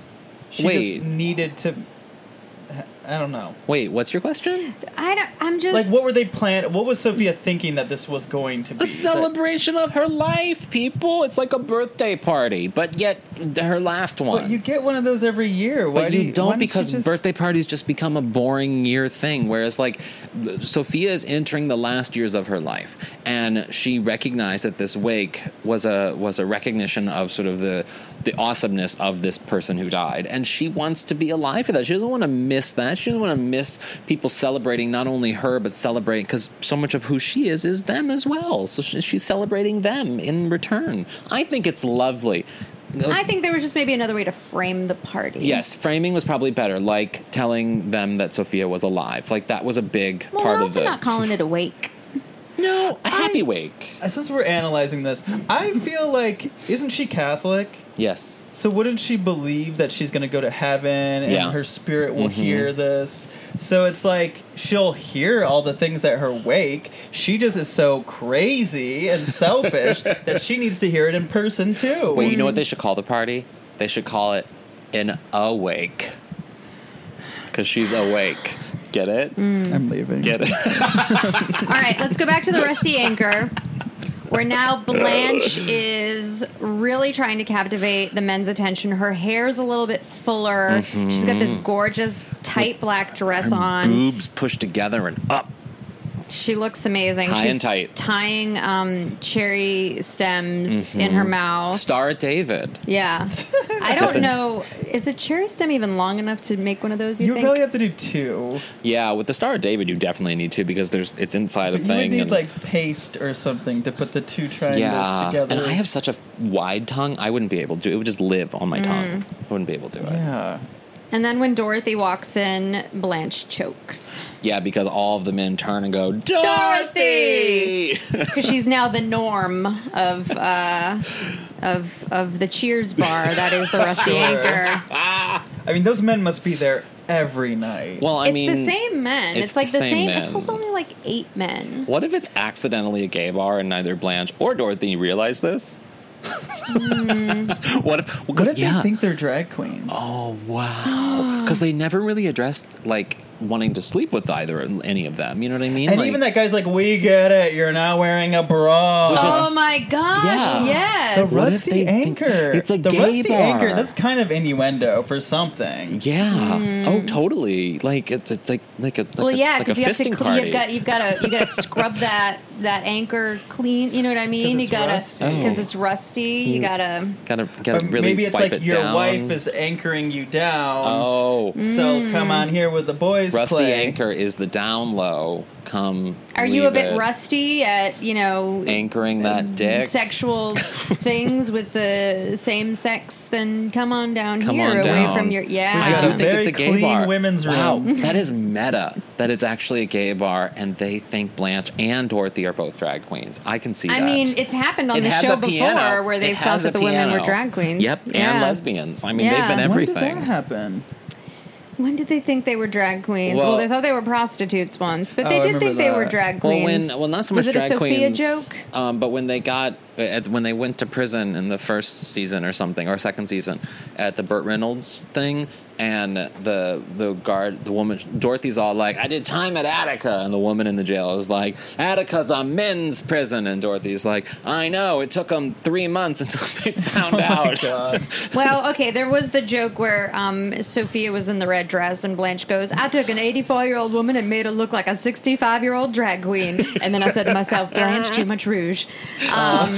Speaker 4: she
Speaker 3: wait,
Speaker 4: just needed to. I don't know.
Speaker 3: wait. What's your question?
Speaker 2: I don't I'm just
Speaker 4: Like, what were they planning? What was Sophia thinking that this was going to be?
Speaker 3: A celebration of her life, people. It's like a birthday party, but yet her last one.
Speaker 4: But you get one of those every year. Why
Speaker 3: But
Speaker 4: do
Speaker 3: you,
Speaker 4: why
Speaker 3: don't
Speaker 4: you
Speaker 3: because
Speaker 4: just-
Speaker 3: birthday parties just become a boring year thing. Whereas, like, Sophia is entering the last years of her life, and she recognized that this wake was a was a recognition of sort of the the awesomeness of this person who died, and she wants to be alive for that. She doesn't want to miss that. She doesn't want to miss people celebrating not only her but celebrating because so much of who she is is them as well. So she- she's celebrating them in return. I think it's lovely.
Speaker 2: I think there was just maybe another way to frame the party.
Speaker 3: Yes, framing was probably better, like telling them that Sophia was alive. Like that was a big
Speaker 2: Well,
Speaker 3: part
Speaker 2: we're
Speaker 3: of
Speaker 2: also
Speaker 3: the.
Speaker 2: not calling it a wake.
Speaker 3: No, a happy
Speaker 4: I-
Speaker 3: wake.
Speaker 4: Uh, Since we're analyzing this, I feel like isn't she Catholic?
Speaker 3: Yes.
Speaker 4: So wouldn't she believe that she's going to go to heaven and
Speaker 3: Yeah. Mm-hmm.
Speaker 4: her spirit will hear this? So it's like she'll hear all the things at her wake. She just is so crazy and selfish that she needs to hear it in person too.
Speaker 3: Wait, you know what they should call the party? They should call it an awake. Because she's awake. Get it?
Speaker 2: Mm.
Speaker 4: I'm leaving.
Speaker 3: Get it?
Speaker 2: All right, let's go back to the rusty anchor. Where now Blanche is really trying to captivate the men's attention. Her hair's a little bit fuller.
Speaker 3: Mm-hmm.
Speaker 2: She's got this gorgeous tight black dress on.
Speaker 3: Boobs pushed together and up.
Speaker 2: She looks amazing.
Speaker 3: High
Speaker 2: She's
Speaker 3: and tight.
Speaker 2: Tying um, cherry stems
Speaker 3: Mm-hmm.
Speaker 2: in her mouth.
Speaker 3: Star David.
Speaker 2: Yeah. I don't know. Is a cherry stem even long enough to make one of those? You,
Speaker 4: You
Speaker 2: think?
Speaker 4: really have to do two.
Speaker 3: Yeah, with the Star of David, you definitely need to because there's it's inside a
Speaker 4: But you would
Speaker 3: thing.
Speaker 4: need
Speaker 3: and-
Speaker 4: like paste or something to put the two triangles
Speaker 3: yeah,
Speaker 4: together.
Speaker 3: and I have such a wide tongue. I wouldn't be able to. do It It would just live on my
Speaker 2: Mm.
Speaker 3: tongue. I wouldn't be able to do it.
Speaker 4: yeah.
Speaker 2: and then when Dorothy walks in, Blanche chokes
Speaker 3: Yeah, because all of the men turn and go,
Speaker 2: Dorothy!
Speaker 3: Dorothy!
Speaker 2: because she's now the norm of uh, of of the Cheers bar. That is the Rusty
Speaker 4: Sure.
Speaker 2: Anchor.
Speaker 4: I mean, those men must be there every night.
Speaker 3: well, I
Speaker 2: it's
Speaker 3: mean,
Speaker 2: the same men. It's,
Speaker 3: it's
Speaker 2: like
Speaker 3: the
Speaker 2: the
Speaker 3: same
Speaker 2: same. It's
Speaker 3: men.
Speaker 2: also only like eight men.
Speaker 3: What if it's accidentally a gay bar and neither Blanche or Dorothy realize this?
Speaker 2: Hmm.
Speaker 3: what if? Well,
Speaker 4: what
Speaker 3: 'cause,
Speaker 4: if
Speaker 3: yeah.
Speaker 4: they think they're drag queens?
Speaker 3: oh wow! Because they never really addressed like wanting to sleep with either any of them. You know what I mean?
Speaker 4: And
Speaker 3: Like,
Speaker 4: even that guy's like, "We get it. You're not wearing a bra."
Speaker 2: Oh my gosh!
Speaker 3: Yeah.
Speaker 4: the
Speaker 2: Yes.
Speaker 3: What if
Speaker 4: rusty
Speaker 3: they think-
Speaker 4: anchor.
Speaker 3: It's a
Speaker 4: the
Speaker 3: gay
Speaker 4: rusty
Speaker 3: bar.
Speaker 4: anchor. That's kind of innuendo for something.
Speaker 3: Yeah. Oh, totally. Like it's, it's like like a like
Speaker 2: Hmm. well,
Speaker 3: a,
Speaker 2: yeah,
Speaker 3: like a
Speaker 2: because you have to.
Speaker 3: fisting
Speaker 2: Cl-
Speaker 3: party.
Speaker 2: you've got you've got to you got to scrub that that anchor clean. You know what I mean? You
Speaker 4: it's
Speaker 2: gotta
Speaker 4: rusty.
Speaker 2: because it's rusty. You
Speaker 3: Mm.
Speaker 2: gotta.
Speaker 3: gotta
Speaker 4: Or
Speaker 3: gotta really
Speaker 4: maybe it's
Speaker 3: wipe it
Speaker 4: like your
Speaker 3: down.
Speaker 4: wife is anchoring you down.
Speaker 3: Oh,
Speaker 4: So come on here with the boys.
Speaker 3: rusty
Speaker 4: play.
Speaker 3: anchor is the down low. Come.
Speaker 2: Are you a
Speaker 3: leave
Speaker 2: bit uh,
Speaker 3: it.
Speaker 2: rusty at you know
Speaker 3: Anchoring that dick.
Speaker 2: Mm, sexual things with the same sex? Then come on down
Speaker 3: Come
Speaker 2: here,
Speaker 3: on
Speaker 2: away
Speaker 3: down.
Speaker 2: from your yeah.
Speaker 4: We've
Speaker 3: I
Speaker 4: got
Speaker 3: do
Speaker 4: a
Speaker 3: think
Speaker 4: very
Speaker 3: it's a gay
Speaker 4: clean
Speaker 3: bar.
Speaker 4: women's
Speaker 3: Wow,
Speaker 4: room.
Speaker 3: that is meta. That it's actually a gay bar, and they think Blanche and Dorothy are both drag queens. I can see.
Speaker 2: I
Speaker 3: that.
Speaker 2: mean, it's happened on
Speaker 3: It
Speaker 2: the
Speaker 3: has
Speaker 2: show
Speaker 3: a piano.
Speaker 2: before where
Speaker 3: It
Speaker 2: they've
Speaker 3: has
Speaker 2: thought that
Speaker 3: a
Speaker 2: the women were
Speaker 3: piano.
Speaker 2: drag queens.
Speaker 3: Yep,
Speaker 2: Yeah.
Speaker 3: and lesbians. I mean,
Speaker 2: Yeah.
Speaker 3: they've been
Speaker 4: When
Speaker 3: everything.
Speaker 4: did that happen?
Speaker 2: When did they think they were drag queens? Well,
Speaker 3: Well-
Speaker 2: they thought they were prostitutes once, but
Speaker 4: Oh,
Speaker 2: they
Speaker 4: I
Speaker 2: did think
Speaker 4: remember
Speaker 2: they were
Speaker 4: that.
Speaker 2: drag
Speaker 3: Well,
Speaker 2: queens.
Speaker 3: when well, not so much
Speaker 2: Was it
Speaker 3: drag
Speaker 2: a Sophia
Speaker 3: queens.
Speaker 2: joke?
Speaker 3: Um, but when they got at, when they went to prison in the first season or something or second season at the Burt Reynolds thing, and the the guard, the woman, Dorothy's all like, "I did time at Attica," and the woman in the jail is like, "Attica's a men's prison," and Dorothy's like, "I know. It took them three months until they
Speaker 2: Oh
Speaker 3: found out."
Speaker 4: God.
Speaker 2: Well, okay, there was the joke where um, Sophia was in the red dress and Blanche goes, I took an 84 year old woman and made her look like a 65 year old drag queen. And then I said to myself, Blanche, too much rouge. Um,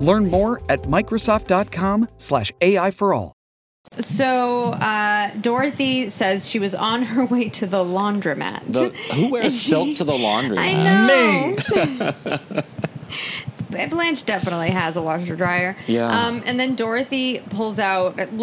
Speaker 5: Learn more at Microsoft.com/slash AI for all.
Speaker 2: So uh, Dorothy says she was on her way to the laundromat.
Speaker 3: The, who wears
Speaker 2: And she-
Speaker 3: silk to the laundry?
Speaker 2: I
Speaker 3: man?
Speaker 2: know. Blanche definitely has a washer dryer.
Speaker 3: Yeah.
Speaker 2: Um, and then Dorothy pulls out.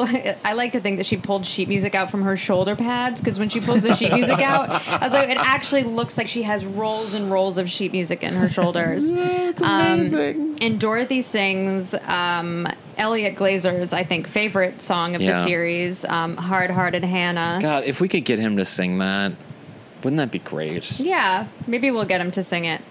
Speaker 2: I like to think that she pulled sheet music out from her shoulder pads because when she pulls the sheet music out, I was like, it actually looks like she has rolls and rolls of sheet music in her shoulders. it's amazing. and Dorothy sings um, Elliot Glazer's, I think, favorite song of the
Speaker 3: Yeah.
Speaker 2: series, um, "Hard Hearted Hannah."
Speaker 3: God, if we could get him to sing that, wouldn't that be great?
Speaker 2: Yeah, maybe we'll get him to sing it.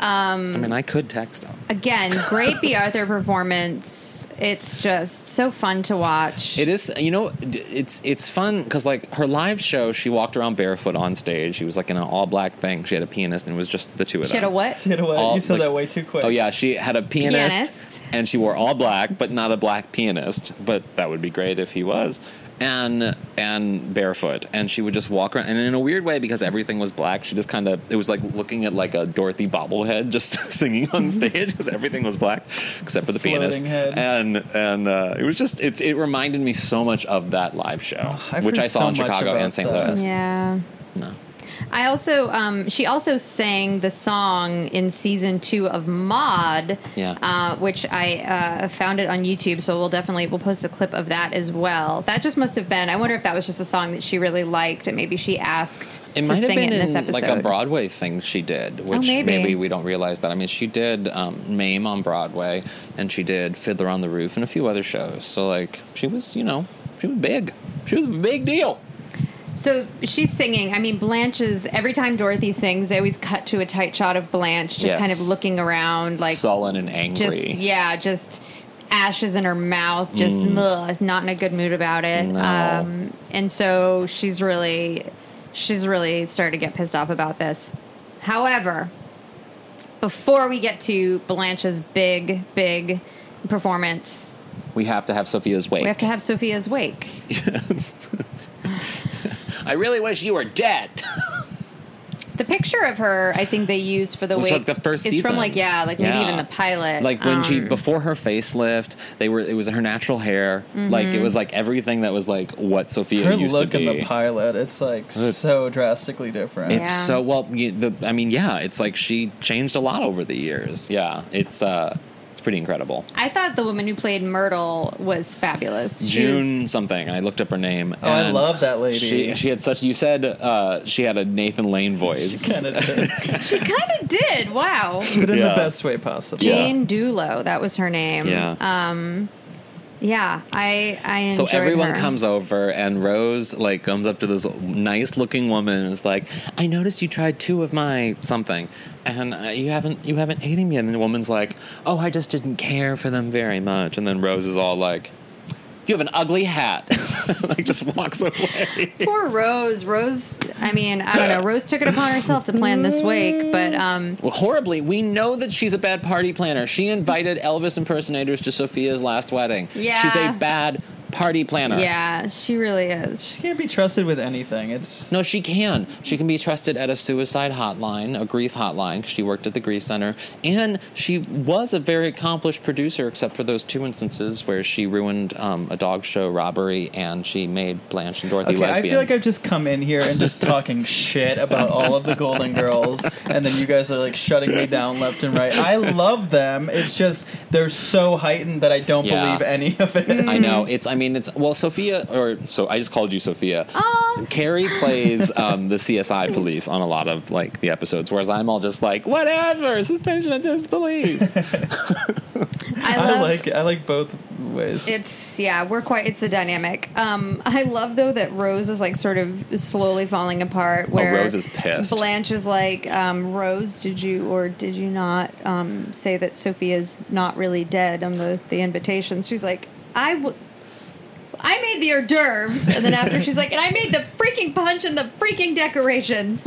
Speaker 3: I mean, I could text him.
Speaker 2: Again, great B. Arthur performance. It's just so fun to watch.
Speaker 3: It is, you know, d- it's it's fun because like her live show, she walked around barefoot on stage. She was like in an all black thing. She had a pianist, and it was just the two of them.
Speaker 2: Shit, a what?
Speaker 4: You know what?
Speaker 3: All-
Speaker 4: you said
Speaker 3: like-
Speaker 4: that way too quick.
Speaker 3: Oh yeah, she had a pianist,
Speaker 2: Pianist.
Speaker 3: and she wore all black, but not a black pianist. But that would be great if he was. And and barefoot, and she would just walk around, and in a weird way, because everything was black, she just kind of it was like looking at like a Dorothy bobblehead just singing on stage because everything was black except for the pianist.
Speaker 4: Mm-hmm. floating head.
Speaker 3: And and uh, it was just it's it reminded me so much of that live show,
Speaker 4: Oh, I've
Speaker 3: which
Speaker 4: heard
Speaker 3: I saw
Speaker 4: so
Speaker 3: in
Speaker 4: much
Speaker 3: Chicago
Speaker 4: about
Speaker 3: and St.
Speaker 4: that.
Speaker 3: Louis.
Speaker 2: Yeah.
Speaker 3: No.
Speaker 2: I also, um, she also sang the song in season two of Maud,
Speaker 3: Yeah.
Speaker 2: uh, which I uh, found it on YouTube. So we'll definitely we'll post a clip of that as well. That just must have been. I wonder if that was just a song that she really liked, and maybe she asked
Speaker 3: It
Speaker 2: to
Speaker 3: might have
Speaker 2: sing
Speaker 3: been
Speaker 2: it in this
Speaker 3: in,
Speaker 2: episode. Oh,
Speaker 3: like a Broadway thing she did, which
Speaker 2: maybe.
Speaker 3: maybe. we don't realize that. I mean, she did um, Mame on Broadway, and she did Fiddler on the Roof, and a few other shows. So like, she was, you know, she was big. She was a big deal.
Speaker 2: So she's singing. I mean, Blanche's every time Dorothy sings, they always cut to a tight shot of Blanche just
Speaker 3: Yes.
Speaker 2: kind of looking around, like
Speaker 3: Sullen and angry.
Speaker 2: just yeah, just ashes in her mouth, just ugh, not in a good mood about it.
Speaker 3: Mm. No.
Speaker 2: Um, and so she's really, she's really started to get pissed off about this. However, before we get to Blanche's big, big performance,
Speaker 3: we have to have Sophia's wake.
Speaker 2: we have to have Sophia's wake.
Speaker 3: I really wish you were dead.
Speaker 2: The picture of her, I think they used for the
Speaker 3: It was
Speaker 2: wake
Speaker 3: like the first
Speaker 2: is
Speaker 3: season.
Speaker 2: from like yeah, like
Speaker 3: Yeah.
Speaker 2: maybe even the pilot.
Speaker 3: Like when she
Speaker 2: Um,
Speaker 3: before her facelift, they were it was her natural hair. Like
Speaker 2: Mm-hmm.
Speaker 3: it was like everything that was like what Sophia
Speaker 4: Her
Speaker 3: used
Speaker 4: look
Speaker 3: to be.
Speaker 4: in the pilot, it's like so drastically different.
Speaker 3: It's
Speaker 2: Yeah.
Speaker 3: so well. You, the I mean, yeah, it's like she changed a lot over the years. Yeah, it's uh, it's pretty incredible.
Speaker 2: I thought the woman who played Myrtle was fabulous. She
Speaker 3: June
Speaker 2: was-
Speaker 3: something. I looked up her name.
Speaker 4: Oh, I
Speaker 3: and
Speaker 4: love that lady.
Speaker 3: She, she had such. You said uh, she had a Nathan Lane
Speaker 4: she
Speaker 3: voice.
Speaker 4: kind of did,
Speaker 2: she kind of did. Wow.
Speaker 4: but in
Speaker 3: Yeah.
Speaker 4: the best way possible.
Speaker 2: Jane Dulow, that was her name.
Speaker 3: Yeah.
Speaker 2: Um, yeah. I I
Speaker 3: so
Speaker 2: enjoyed
Speaker 3: everyone
Speaker 2: her.
Speaker 3: comes over, and Rose like comes up to this nice looking woman and is like, "I noticed you tried two of my something, and uh, you haven't you haven't eaten yet." And the woman's like, "Oh, I just didn't care for them very much." And then Rose is all like. You have an ugly hat. like just walks away.
Speaker 2: Poor Rose. Rose. I mean, I don't know. Rose took it upon herself to plan this wake, but um,
Speaker 3: Well, horribly, we know that she's a bad party planner. She invited Elvis impersonators to Sophia's last wedding.
Speaker 2: Yeah.
Speaker 3: She's a bad party planner.
Speaker 2: yeah, she really is.
Speaker 4: She can't be trusted with anything. It's just,
Speaker 3: No, she can. She can be trusted at a suicide hotline, a grief hotline, 'cause she worked at the grief center. And she was a very accomplished producer, except for those two instances where she ruined um, a dog show robbery and she made Blanche and Dorothy
Speaker 4: Okay, I
Speaker 3: lesbians.
Speaker 4: feel like I've just come in here and just talking shit about all of the Golden Girls, and then you guys are like shutting me down left and right. I love them. It's just they're so heightened that I don't
Speaker 3: Yeah.
Speaker 4: believe any of it.
Speaker 2: Mm,
Speaker 3: I know. It's. I mean, it's. Well, Sophia, or so I just called you Sophia.
Speaker 2: Aw.
Speaker 3: Carrie plays um, the CSI police on a lot of like the episodes, whereas I'm all just like, whatever, suspension of disbelief.
Speaker 2: I
Speaker 4: I
Speaker 2: love.
Speaker 4: like I like both ways.
Speaker 2: It's yeah, we're quite. It's a dynamic. Um, I love though that Rose is like sort of slowly falling apart. Where
Speaker 3: Oh, Rose is pissed.
Speaker 2: Blanche is like, um, Rose, did you or did you not um, say that Sophia's not really dead on the the invitation? She's like, I w- I made the hors d'oeuvres, and then after she's like, and I made the freaking punch and the freaking decorations.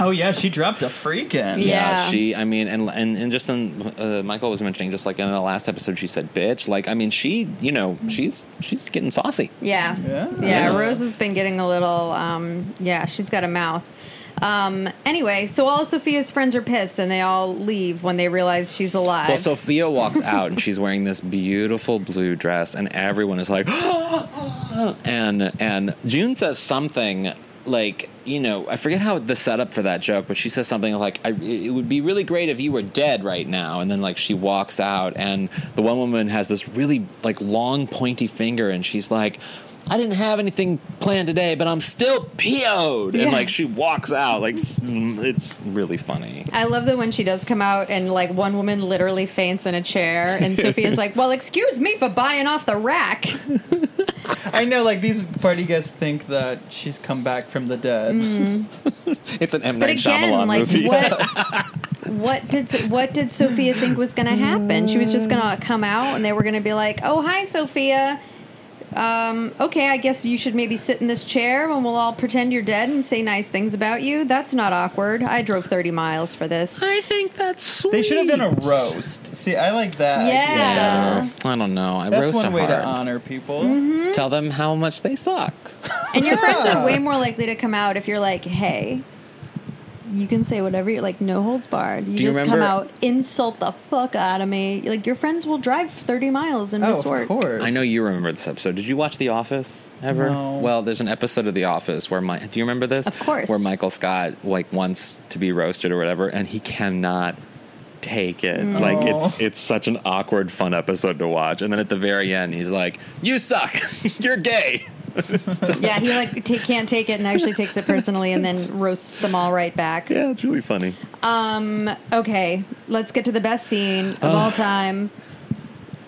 Speaker 4: oh yeah, she dropped a freaking.
Speaker 2: Yeah.
Speaker 3: she. I mean, and and, and just in, uh, Michael was mentioning, just like in the last episode, she said, "bitch." Like, I mean, she. You know, she's she's getting saucy.
Speaker 2: Yeah.
Speaker 4: Yeah.
Speaker 2: Yeah. Rose has been getting a little, um, yeah, she's got a mouth. Um, anyway, so all Sophia's friends are pissed and they all leave when they realize she's alive.
Speaker 3: Well, Sophia walks out and she's wearing this beautiful blue dress, and everyone is like, and and June says something like, you know, I forget how the setup for that joke, but she says something like, I, "It would be really great if you were dead right now." And then like she walks out, and the one woman has this really like long pointy finger, and she's like. I didn't have anything planned today, but I'm still PO'd.
Speaker 2: Yeah.
Speaker 3: And like she walks out, like s- it's really funny.
Speaker 2: I love that when she does come out and like one woman literally faints in a chair and Sophia's like, well, excuse me for buying off the rack.
Speaker 4: I know, like these party guests think that she's
Speaker 2: Mm.
Speaker 4: come back from the dead.
Speaker 3: It's an M.
Speaker 2: But
Speaker 3: Night
Speaker 2: again,
Speaker 3: Shyamalan
Speaker 2: like
Speaker 3: movie.
Speaker 2: what? what did what did Sophia think was going to happen? She was just going
Speaker 4: Mm.
Speaker 2: to come out, and they were going to be like, "Oh, hi, Sophia. Um, okay, I guess you should maybe sit in this chair, and we'll all pretend you're dead and say nice things about you. That's not awkward. I drove thirty miles for this.
Speaker 3: I think that's sweet.
Speaker 4: They should have done a roast. See, I like that. idea.
Speaker 2: Yeah.
Speaker 3: I don't know. I
Speaker 4: That's
Speaker 3: roast
Speaker 4: one
Speaker 3: them
Speaker 4: way
Speaker 3: hard. Hmm?
Speaker 4: to honor people.
Speaker 2: Mm-hmm.
Speaker 3: Tell them how much they suck.
Speaker 2: And your friends are way more likely to come out if you're like, "Hey." You can say whatever you like, no holds barred. You,
Speaker 3: Do you
Speaker 2: just come
Speaker 3: remember-
Speaker 2: out, insult the fuck out of me. Like your friends will drive thirty miles and
Speaker 4: Oh,
Speaker 2: miss work.
Speaker 4: of course.
Speaker 3: I know you remember this episode. Did you watch The Office ever?
Speaker 4: No.
Speaker 3: Well, there's an episode of The Office where my do you remember this?
Speaker 2: Of course.
Speaker 3: Where Michael Scott like wants to be roasted or whatever, and he cannot take it. Like it's it's such an awkward, fun episode to watch. And then at the very end, he's like, "You suck. You're gay."
Speaker 2: Yeah, he like ta can't take it and actually takes it personally, and then roasts them all right back. Um,
Speaker 3: Yeah, it's really funny.
Speaker 2: Okay, let's get to the best scene of all time.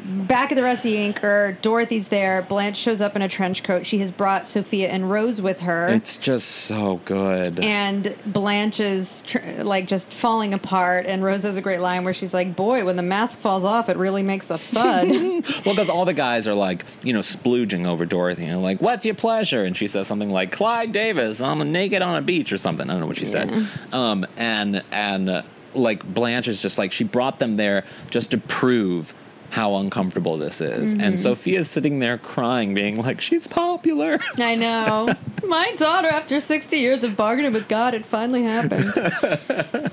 Speaker 2: Back at the Rusty Anchor, Dorothy's there. Blanche shows up in a trench coat. She has brought Sophia and Rose with her.
Speaker 3: It's just so good.
Speaker 2: and Blanche is tr- like just falling apart, and Rose has a great line where she's like, "Boy, when the mask falls off, it really makes a thud."
Speaker 3: Well, because all the guys are like, you know, splooging over Dorothy and like, "What's your pleasure?" And she says something like, "Clyde Davis, I'm naked on a beach or something." I don't know what she said. Um, and and uh, like Blanche is just like she brought them there just to prove how uncomfortable this is. And Sophia's sitting there crying, being like, "She's popular."
Speaker 2: I know. My daughter, after 60 years of bargaining with God, it finally happened.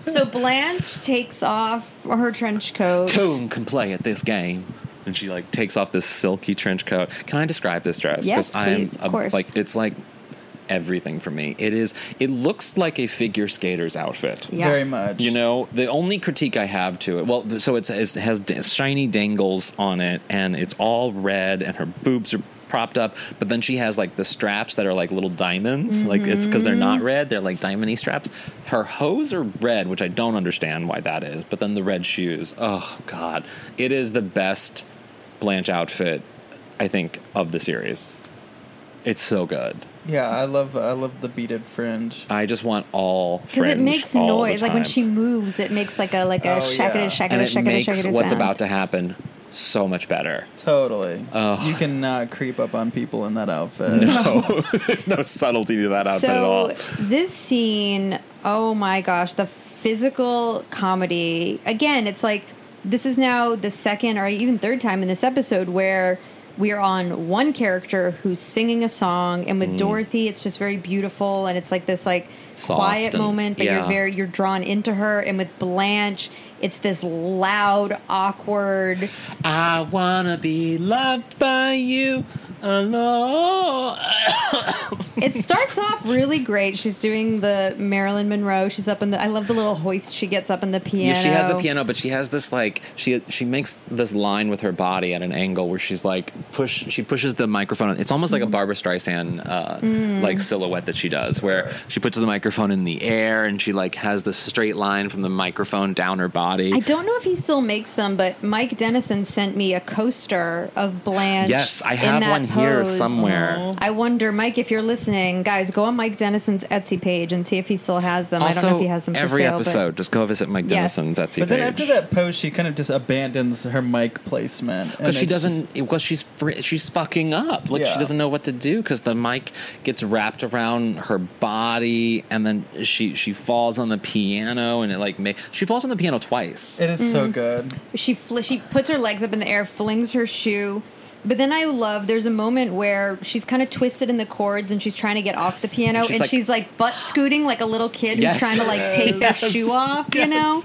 Speaker 2: so Blanche takes off her trench coat.
Speaker 3: Tone can play at this game. And she like takes off this silky trench coat. Can I describe this dress?
Speaker 2: Yes,
Speaker 3: 'Cause I'm
Speaker 2: please, of course.
Speaker 3: Like it's like everything for me. It is. It looks like a figure skater's outfit.
Speaker 2: Yeah.
Speaker 4: Very much.
Speaker 3: You know, the only critique I have to it, well, th- so it's, it has d- shiny dangles on it, and it's all red, and her boobs are propped up, but then she has like the straps that are like little diamonds, like it's because they're
Speaker 2: Mm-hmm.
Speaker 3: not red, they're like diamondy straps. Her hose are red, which I don't understand why that is, but then the red shoes. Oh God, it is the best Blanche outfit I think of the series. It's so good.
Speaker 4: Yeah, I love I love the beaded fringe.
Speaker 3: I just want all
Speaker 2: Because it
Speaker 3: fringe
Speaker 2: makes
Speaker 3: all the
Speaker 2: noise. Like when
Speaker 3: time.
Speaker 2: she moves, it makes like a like a
Speaker 4: Oh,
Speaker 2: shakata
Speaker 4: yeah.
Speaker 2: shakata
Speaker 3: and it
Speaker 2: shakata
Speaker 3: makes
Speaker 2: shakata
Speaker 3: what's
Speaker 2: sound.
Speaker 3: about to happen so much better.
Speaker 4: Totally.
Speaker 3: Oh.
Speaker 4: You cannot creep up on people in that outfit.
Speaker 3: No, Oh, there's no subtlety to that outfit at all.
Speaker 2: so this scene, oh my gosh, the physical comedy. Again, it's like this is now the second or even third time in this episode where we are on one character who's singing a song, and with
Speaker 3: Mm.
Speaker 2: Dorothy, it's just very beautiful, and it's like this like
Speaker 3: Soft
Speaker 2: quiet
Speaker 3: and-
Speaker 2: moment, but
Speaker 3: yeah.
Speaker 2: you're very you're drawn into her, and with Blanche, it's this loud, awkward.
Speaker 3: I wanna be loved by you alone.
Speaker 2: it starts off really great. She's doing the Marilyn Monroe. She's up in the. I love the little hoist she gets up in the piano.
Speaker 3: Yeah, she has the piano, but she has this like she she makes this line with her body at an angle where she's like push she pushes the microphone. It's almost like
Speaker 2: Mm.
Speaker 3: a Barbara Streisand uh, like silhouette that she does, where she puts the microphone in the air and she like has this straight line from the microphone down her body.
Speaker 2: I don't know if he still makes them, but Mike Dennison sent me a coaster of Blanche.
Speaker 3: yes, I
Speaker 2: in
Speaker 3: have
Speaker 2: that
Speaker 3: one here
Speaker 2: pose.
Speaker 3: somewhere.
Speaker 2: I wonder, Mike, if you're listening, guys, go on Mike Dennison's Etsy page and see if he still has them. I don't know if he has them for
Speaker 3: every
Speaker 2: sale, but-
Speaker 3: episode. Just go visit Mike
Speaker 2: Yes.
Speaker 3: Dennison's Etsy
Speaker 4: But then
Speaker 3: page.
Speaker 4: after that pose, she kind of just abandons her mic placement. and
Speaker 3: because she
Speaker 4: it's just-
Speaker 3: doesn't, well, she's fr- she's fucking up. Like she
Speaker 4: Yeah.
Speaker 3: doesn't know what to do because the mic gets wrapped around her body, and then she she falls on the piano, and it like ma- she falls on the piano twice.
Speaker 4: it is
Speaker 2: Mm.
Speaker 4: so good.
Speaker 2: she fl- she puts her legs up in the air, flings her shoe. But then I love there's a moment where she's kind of twisted in the cords and she's trying to get off the piano
Speaker 3: She's
Speaker 2: and
Speaker 3: like-
Speaker 2: she's like butt scooting like a little kid who's
Speaker 3: Yes.
Speaker 2: trying to like take their shoe off, you know?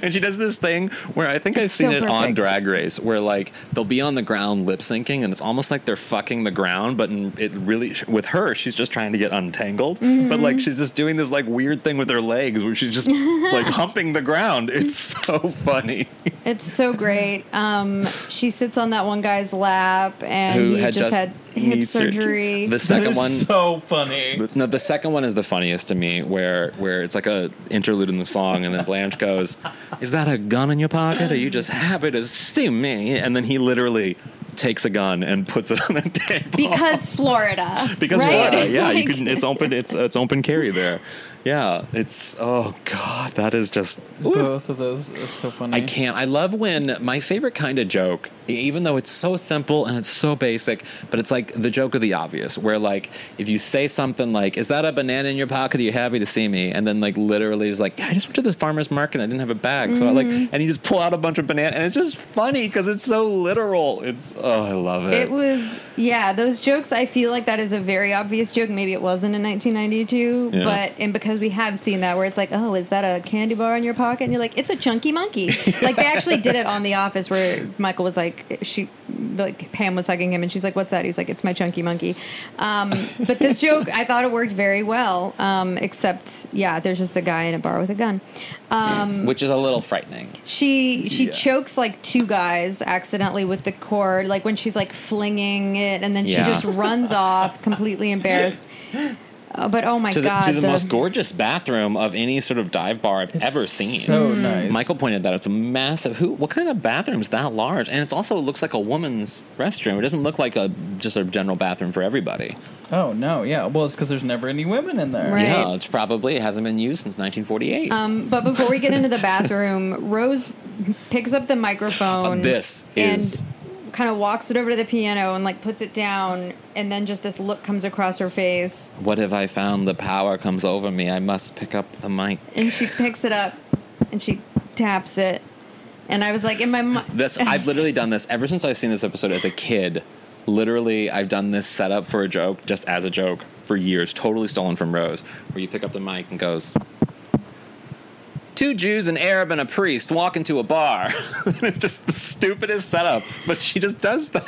Speaker 3: and she does this thing where I think I've
Speaker 2: so
Speaker 3: seen it on
Speaker 2: perfect.
Speaker 3: Drag Race, where like they'll be on the ground lip syncing, and it's almost like they're fucking the ground, but in- it really with her, she's just trying to get untangled,
Speaker 2: Mm-hmm.
Speaker 3: but like she's just doing this like weird thing with her legs where she's just like humping the ground. It's so funny.
Speaker 2: It's so great. Um, she sits on that one guy's lap and he just, had hip
Speaker 3: knee
Speaker 2: surgery.
Speaker 3: The
Speaker 4: That
Speaker 3: second
Speaker 4: is
Speaker 3: one.
Speaker 4: so funny.
Speaker 3: no, the second one is the funniest to me, where where it's like a interlude in the song, and then Blanche goes, "Is that a gun in your pocket? Are you just happy to see me?" And then he literally takes a gun and puts it on the table
Speaker 2: because Florida.
Speaker 3: because
Speaker 2: right?
Speaker 3: Florida, yeah, you
Speaker 2: Like-
Speaker 3: can. It's open. It's it's open carry there. Yeah, it's oh god, that is just
Speaker 4: Both of those are so funny.
Speaker 3: I can't. I love when my favorite kind of joke, e- even though it's so simple and it's so basic, but it's like the joke of the obvious, where like if you say something like, "Is that a banana in your pocket? Are you happy to see me?" and then like literally is like, "Yeah, "I just went to the farmer's market. and I didn't have a bag, so I like," and you just pull out a bunch of banana, and it's just funny because it's so literal. It's oh, I love it.
Speaker 2: It was, yeah, those jokes. I feel like that is a very obvious joke. Maybe it wasn't in 1992,
Speaker 3: Yeah.
Speaker 2: but and because we have seen that, where it's like, oh, is that a candy bar in your pocket? And you're like, it's a chunky monkey. like they actually did it on The Office, where Michael was like, she, like Pam was hugging him, and she's like, what's that? He's like, it's my chunky monkey. Um, but this joke, I thought it worked very well. Um, except, yeah, there's just a guy in a bar with a gun. Um,
Speaker 3: which is a little frightening.
Speaker 2: she she chokes like two guys accidentally with the cord, like when she's like flinging it, and then
Speaker 3: Yeah.
Speaker 2: she just runs off completely embarrassed. Uh, but oh my
Speaker 3: to the,
Speaker 2: god,
Speaker 3: to the, most gorgeous bathroom of any sort of dive bar I've ever seen.
Speaker 4: So
Speaker 2: Mm.
Speaker 4: nice.
Speaker 3: Michael pointed that out. it's a massive. Who? What kind of bathroom is that large? And it's also it looks like a woman's restroom. It doesn't look like a just a general bathroom for everybody.
Speaker 4: Oh no, yeah. Well, it's because there's never any women in there.
Speaker 2: Right.
Speaker 3: Yeah, it's probably it hasn't been used since 1948.
Speaker 2: Um, but before we get into the bathroom, Rose picks up the microphone.
Speaker 3: Uh, this
Speaker 2: and
Speaker 3: is-
Speaker 2: kind of walks it over to the piano and like puts it down, and then just this look comes across her face,
Speaker 3: what have I found? The power comes over me. I must pick up the mic.
Speaker 2: and she picks it up and she taps it, and I was like, in my mind,
Speaker 3: That's I've literally done this ever since I've seen this episode as a kid. Literally, I've done this setup for a joke, just as a joke, for years, totally stolen from Rose, where you pick up the mic and goes, Two Jews, an Arab, and a priest walk into a bar. it's just the stupidest setup, but she just does that.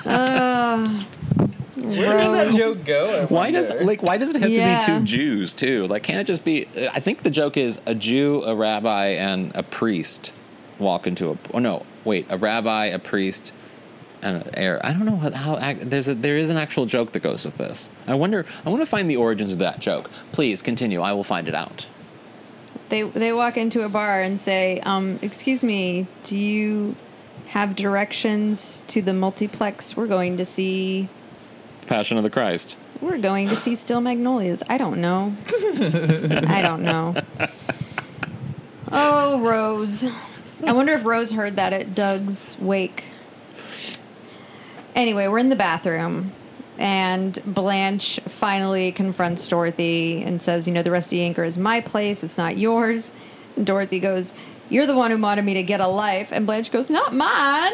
Speaker 4: Where does that joke go? I
Speaker 3: why does
Speaker 4: wonder?
Speaker 3: like why does it have
Speaker 2: Yeah.
Speaker 3: to be two Jews too? Like, can't it just be? uh, I think the joke is a Jew, a rabbi, and a priest walk into a. Oh no, wait, a rabbi, a priest, and an heir. I don't know how. how ac- there's a, there is an actual joke that goes with this. I wonder. I want to find the origins of that joke. Please continue. I will find it out.
Speaker 2: They they walk into a bar and say, um, "Excuse me, do you have directions to the multiplex? We're going to see.
Speaker 3: Passion of the Christ.
Speaker 2: We're going to see Still Magnolias. I don't know. I don't know. Oh, Rose. I wonder if Rose heard that at Doug's wake. Anyway, we're in the bathroom. And Blanche finally confronts Dorothy and says, You know, the Rusty Anchor is my place, it's not yours. And Dorothy goes, You're the one who wanted me to get a life. And Blanche goes, Not mine.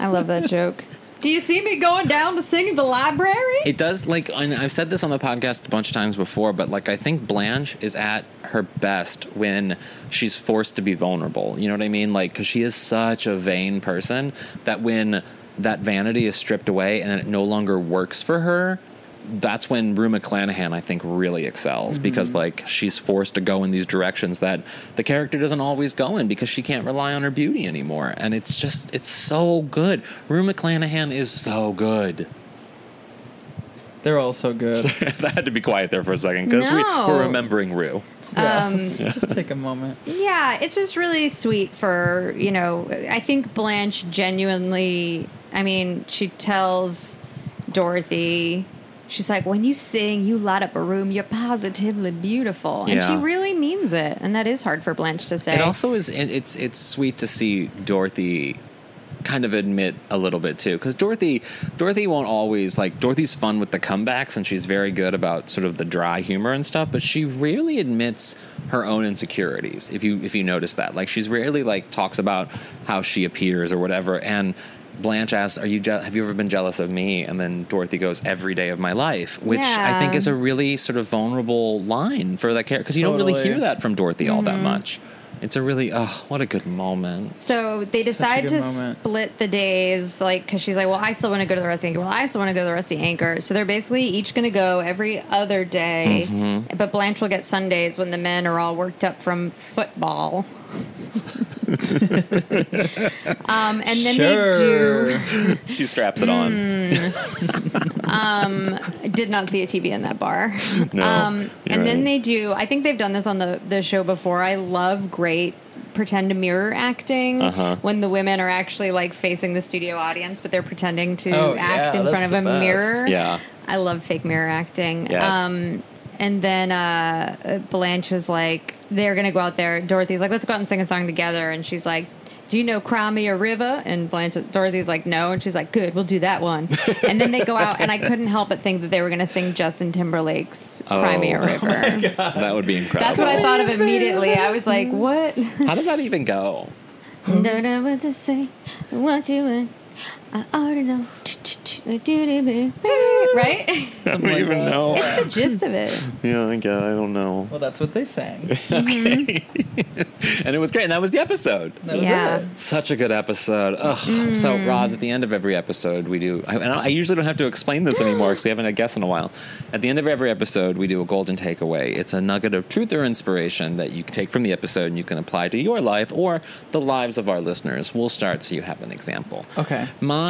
Speaker 2: I love that joke. Do you see me going down to sing at the library?
Speaker 3: It does like and I've said this on the podcast a bunch of times before, but like I think Blanche is at her best when she's forced to be vulnerable. You know what I mean? Like cuz she is such a vain person that when that vanity is stripped away and it no longer works for her, that's when Rue McClanahan I think really excels because like she's forced to go in these directions that the character doesn't always go in because she can't rely on her beauty anymore. And it's just it's so good. Rue McClanahan is so good.
Speaker 4: they're all so good.
Speaker 3: that had to be quiet there for a second because
Speaker 2: No.
Speaker 3: we, we're remembering Rue.
Speaker 4: Yeah.
Speaker 2: Um,
Speaker 4: just take a moment.
Speaker 2: Yeah, it's just really sweet for, you know, I think Blanche genuinely, I mean, she tells Dorothy, she's like, when you sing, you light up a room, you're positively beautiful. And she
Speaker 3: Yeah.
Speaker 2: really means it. And that is hard for Blanche to say.
Speaker 3: It also is. it- It's it's sweet to see Dorothy kind of admit a little bit too because Dorothy Dorothy won't always like Dorothy's fun with the comebacks and she's very good about sort of the dry humor and stuff, but she rarely admits her own insecurities. If you if you notice that, like she's rarely like talks about how she appears or whatever and. Blanche asks, "Are you je- have you ever been jealous of me?" And then Dorothy goes, "Every day of my life," which I think
Speaker 2: Yeah.
Speaker 3: is a really sort of vulnerable line for that character because you don't really
Speaker 4: Totally.
Speaker 3: hear that that from Dorothy all
Speaker 2: Mm-hmm.
Speaker 3: that much. It's a really oh, what a good moment.
Speaker 2: so they decide to
Speaker 4: good moment.
Speaker 2: split the days, like, because she's like, well, I still want to go to the Rusty Anchor. Well, I still want to go to the Rusty Anchor. So they're basically each going to go every other day. But Blanche will get Sundays when the men are all worked up from football. um, and then they do.
Speaker 3: She straps it
Speaker 2: Mm,
Speaker 3: on.
Speaker 2: did not see a TV in that bar.
Speaker 3: No,
Speaker 2: um,
Speaker 3: you're
Speaker 2: and then
Speaker 3: right.
Speaker 2: they do. I think they've done this on the the show before. I love great pretend to mirror acting
Speaker 3: Uh-huh.
Speaker 2: when the women are actually like facing the studio audience, but they're pretending to
Speaker 4: Oh,
Speaker 2: act
Speaker 4: yeah,
Speaker 2: in
Speaker 4: that's
Speaker 2: front of
Speaker 4: the
Speaker 2: a
Speaker 4: best.
Speaker 2: mirror.
Speaker 3: Yeah.
Speaker 2: I love fake mirror acting.
Speaker 3: Yes.
Speaker 2: Um, and then uh, Blanche is like, they're gonna go out there. Dorothy's like, let's go out and sing a song together, and she's like. Do you know Crimea River? And Blanche, Dorothy's like, no. And she's like, good, we'll do that one. And then they go out, and I couldn't help but think that they were going to sing Justin Timberlake's Crimea River.
Speaker 3: That would be incredible.
Speaker 2: That's what I thought of immediately. I was like, what?
Speaker 3: How did that even go?
Speaker 2: Don't know what to say. I want you in. I already know. Right?
Speaker 3: I don't even know.
Speaker 2: That's the gist of it.
Speaker 3: Yeah, I guess I don't know.
Speaker 4: Well, that's what they sang.
Speaker 3: And it was great. And that was the episode.
Speaker 4: That was
Speaker 2: Yeah.
Speaker 4: it.
Speaker 3: Such a good episode. Ugh. So, Roz, at the end of every episode, we do, I, and I usually don't have to explain this anymore because we haven't had guests in a while. At the end of every episode, we do a golden takeaway. It's a nugget of truth or inspiration that you can take from the episode and you can apply to your life or the lives of our listeners. We'll start so you have an example.
Speaker 4: Okay.
Speaker 3: My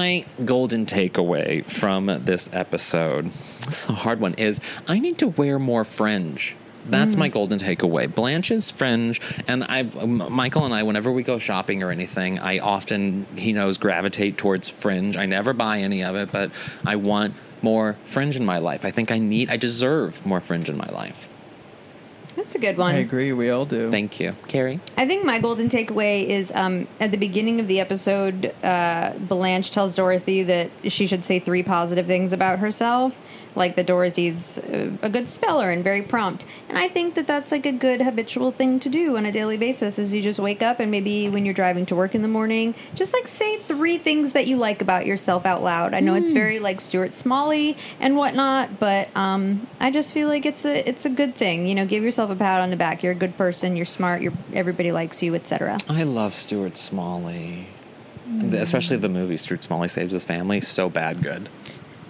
Speaker 3: golden takeaway from this episode, this is a hard one, is I need to wear more fringe. That's my golden takeaway. Blanche's fringe, and I, M- Michael and I, whenever we go shopping or anything, I often, he knows, gravitate towards fringe. I never buy any of it, but I want more fringe in my life. I think I need, I deserve more fringe in my life.
Speaker 2: That's a good one.
Speaker 4: I agree. We all do.
Speaker 3: Thank you, Carrie.
Speaker 2: I think my golden takeaway is um, at the beginning of the episode, uh, Blanche tells Dorothy that she should say three positive things about herself, like that Dorothy's uh, a good speller and very prompt. And I think that that's like a good habitual thing to do on a daily basis. Is you just wake up and maybe when you're driving to work in the morning, just like say three things that you like about yourself out loud. I know it's very like Stuart Smalley and whatnot, but um, I just feel like it's a it's a good thing. You know, give yourself a pat on the back. You're a good person. You're smart. You're everybody likes you, etc.
Speaker 3: I love Stuart Smalley, And especially the movie Stuart Smalley Saves His Family. So bad, good.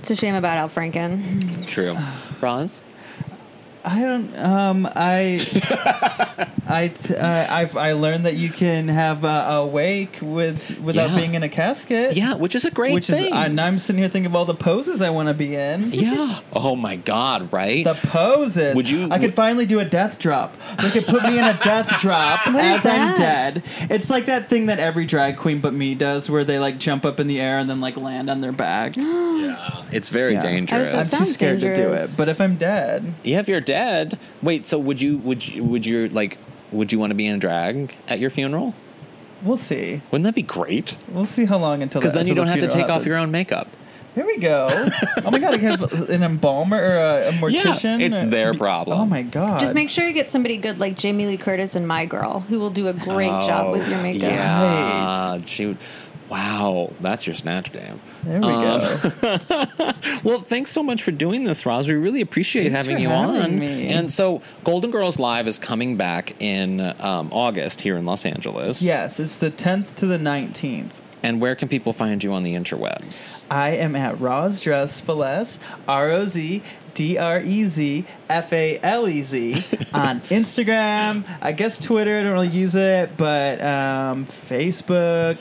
Speaker 2: It's a shame about Al Franken.
Speaker 3: True. Roz?
Speaker 4: I don't. Um, I, I, t- uh, I've I learned that you can have uh, a wake with without
Speaker 3: Yeah.
Speaker 4: being in a casket.
Speaker 3: Yeah, which is a great
Speaker 4: which
Speaker 3: thing.
Speaker 4: is. And I'm sitting here thinking of all the poses I want to be in.
Speaker 3: yeah. Oh my God! Right.
Speaker 4: The poses.
Speaker 3: Would you-
Speaker 4: I could finally do a death drop. They could put me in a death drop as
Speaker 2: is that?
Speaker 4: I'm dead. It's like that thing that every drag queen but me does, where they like jump up in the air and then like land on their back. I'm
Speaker 3: it's very
Speaker 4: Yeah.
Speaker 3: dangerous.
Speaker 2: I was
Speaker 4: too
Speaker 2: Sounds
Speaker 4: scared to do it.
Speaker 2: Oh, dangerous.
Speaker 4: But if I'm dead,
Speaker 3: yeah, if you're dead. Wait. So would you? Would you? Would you like? Would you want to be in drag at your funeral?
Speaker 4: we'll see.
Speaker 3: Wouldn't that be great?
Speaker 4: We'll see how long until
Speaker 3: Because
Speaker 4: that-
Speaker 3: then you
Speaker 4: until
Speaker 3: don't
Speaker 4: the
Speaker 3: have to
Speaker 4: funeral
Speaker 3: take off your
Speaker 4: happens.
Speaker 3: own makeup.
Speaker 4: Here we go. Oh my god, I have an embalmer or a, a mortician.
Speaker 3: it's
Speaker 4: or-
Speaker 3: their problem.
Speaker 4: Oh my god.
Speaker 2: Just make sure you get somebody good like Jamie Lee Curtis and My Girl, who will do a great job with your makeup.
Speaker 3: Oh, Yeah. Shoot. Wow, that's your snatch game. Uh,
Speaker 4: There we go.
Speaker 3: Um, Well, thanks so much for doing this, Roz. We really appreciate
Speaker 4: Thanks
Speaker 3: having
Speaker 4: for
Speaker 3: you
Speaker 4: having
Speaker 3: on.
Speaker 4: me.
Speaker 3: And so, Golden Girls Live is coming back in um, August here in Los Angeles.
Speaker 4: Yes, it's the 10th to the 19th.
Speaker 3: And where can people find you on the interwebs?
Speaker 4: I am at Roz Dress Fales, R O Z D R E Z F A L E Z on Instagram. I guess Twitter, I don't really use it, but um, Facebook.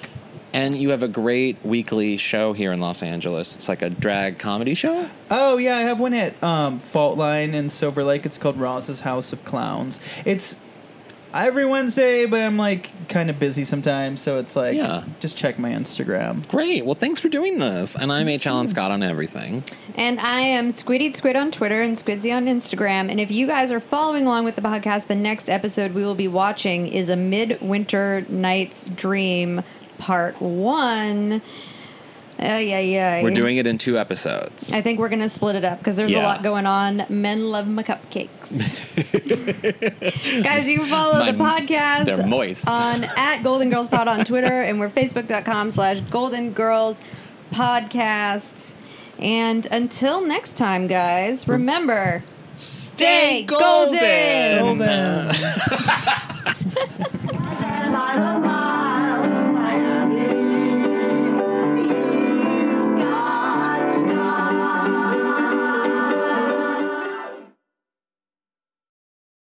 Speaker 3: And you have a great weekly show here in Los Angeles. It's like a drag comedy show.
Speaker 4: Oh yeah, I have one at um, Fault Line in Silver Lake. It's called Roz's House of Clowns. It's every Wednesday, but I'm like kind of busy sometimes, so it's like
Speaker 3: Yeah.
Speaker 4: just check my Instagram.
Speaker 3: Great. Well, thanks for doing this. And I'm H. Allen Scott on everything.
Speaker 2: And I am Squid Eat Squid on Twitter and Squidzy on Instagram. And if you guys are following along with the podcast, the next episode we will be watching is A Midwinter Night's Dream Part 1. Oh, yeah, yeah.
Speaker 3: We're doing it in two episodes.
Speaker 2: I think we're going to split it up because there's
Speaker 3: Yeah.
Speaker 2: a lot going on. Men love my cupcakes. Guys, you can follow the
Speaker 3: My-
Speaker 2: podcast uh,
Speaker 3: they're moist.
Speaker 2: on at Golden Girls Pod on Twitter, and we're facebook.com slash Golden Girls Podcasts. And until next time, guys, remember stay golden.
Speaker 4: Well, then.
Speaker 1: Stand by the mile.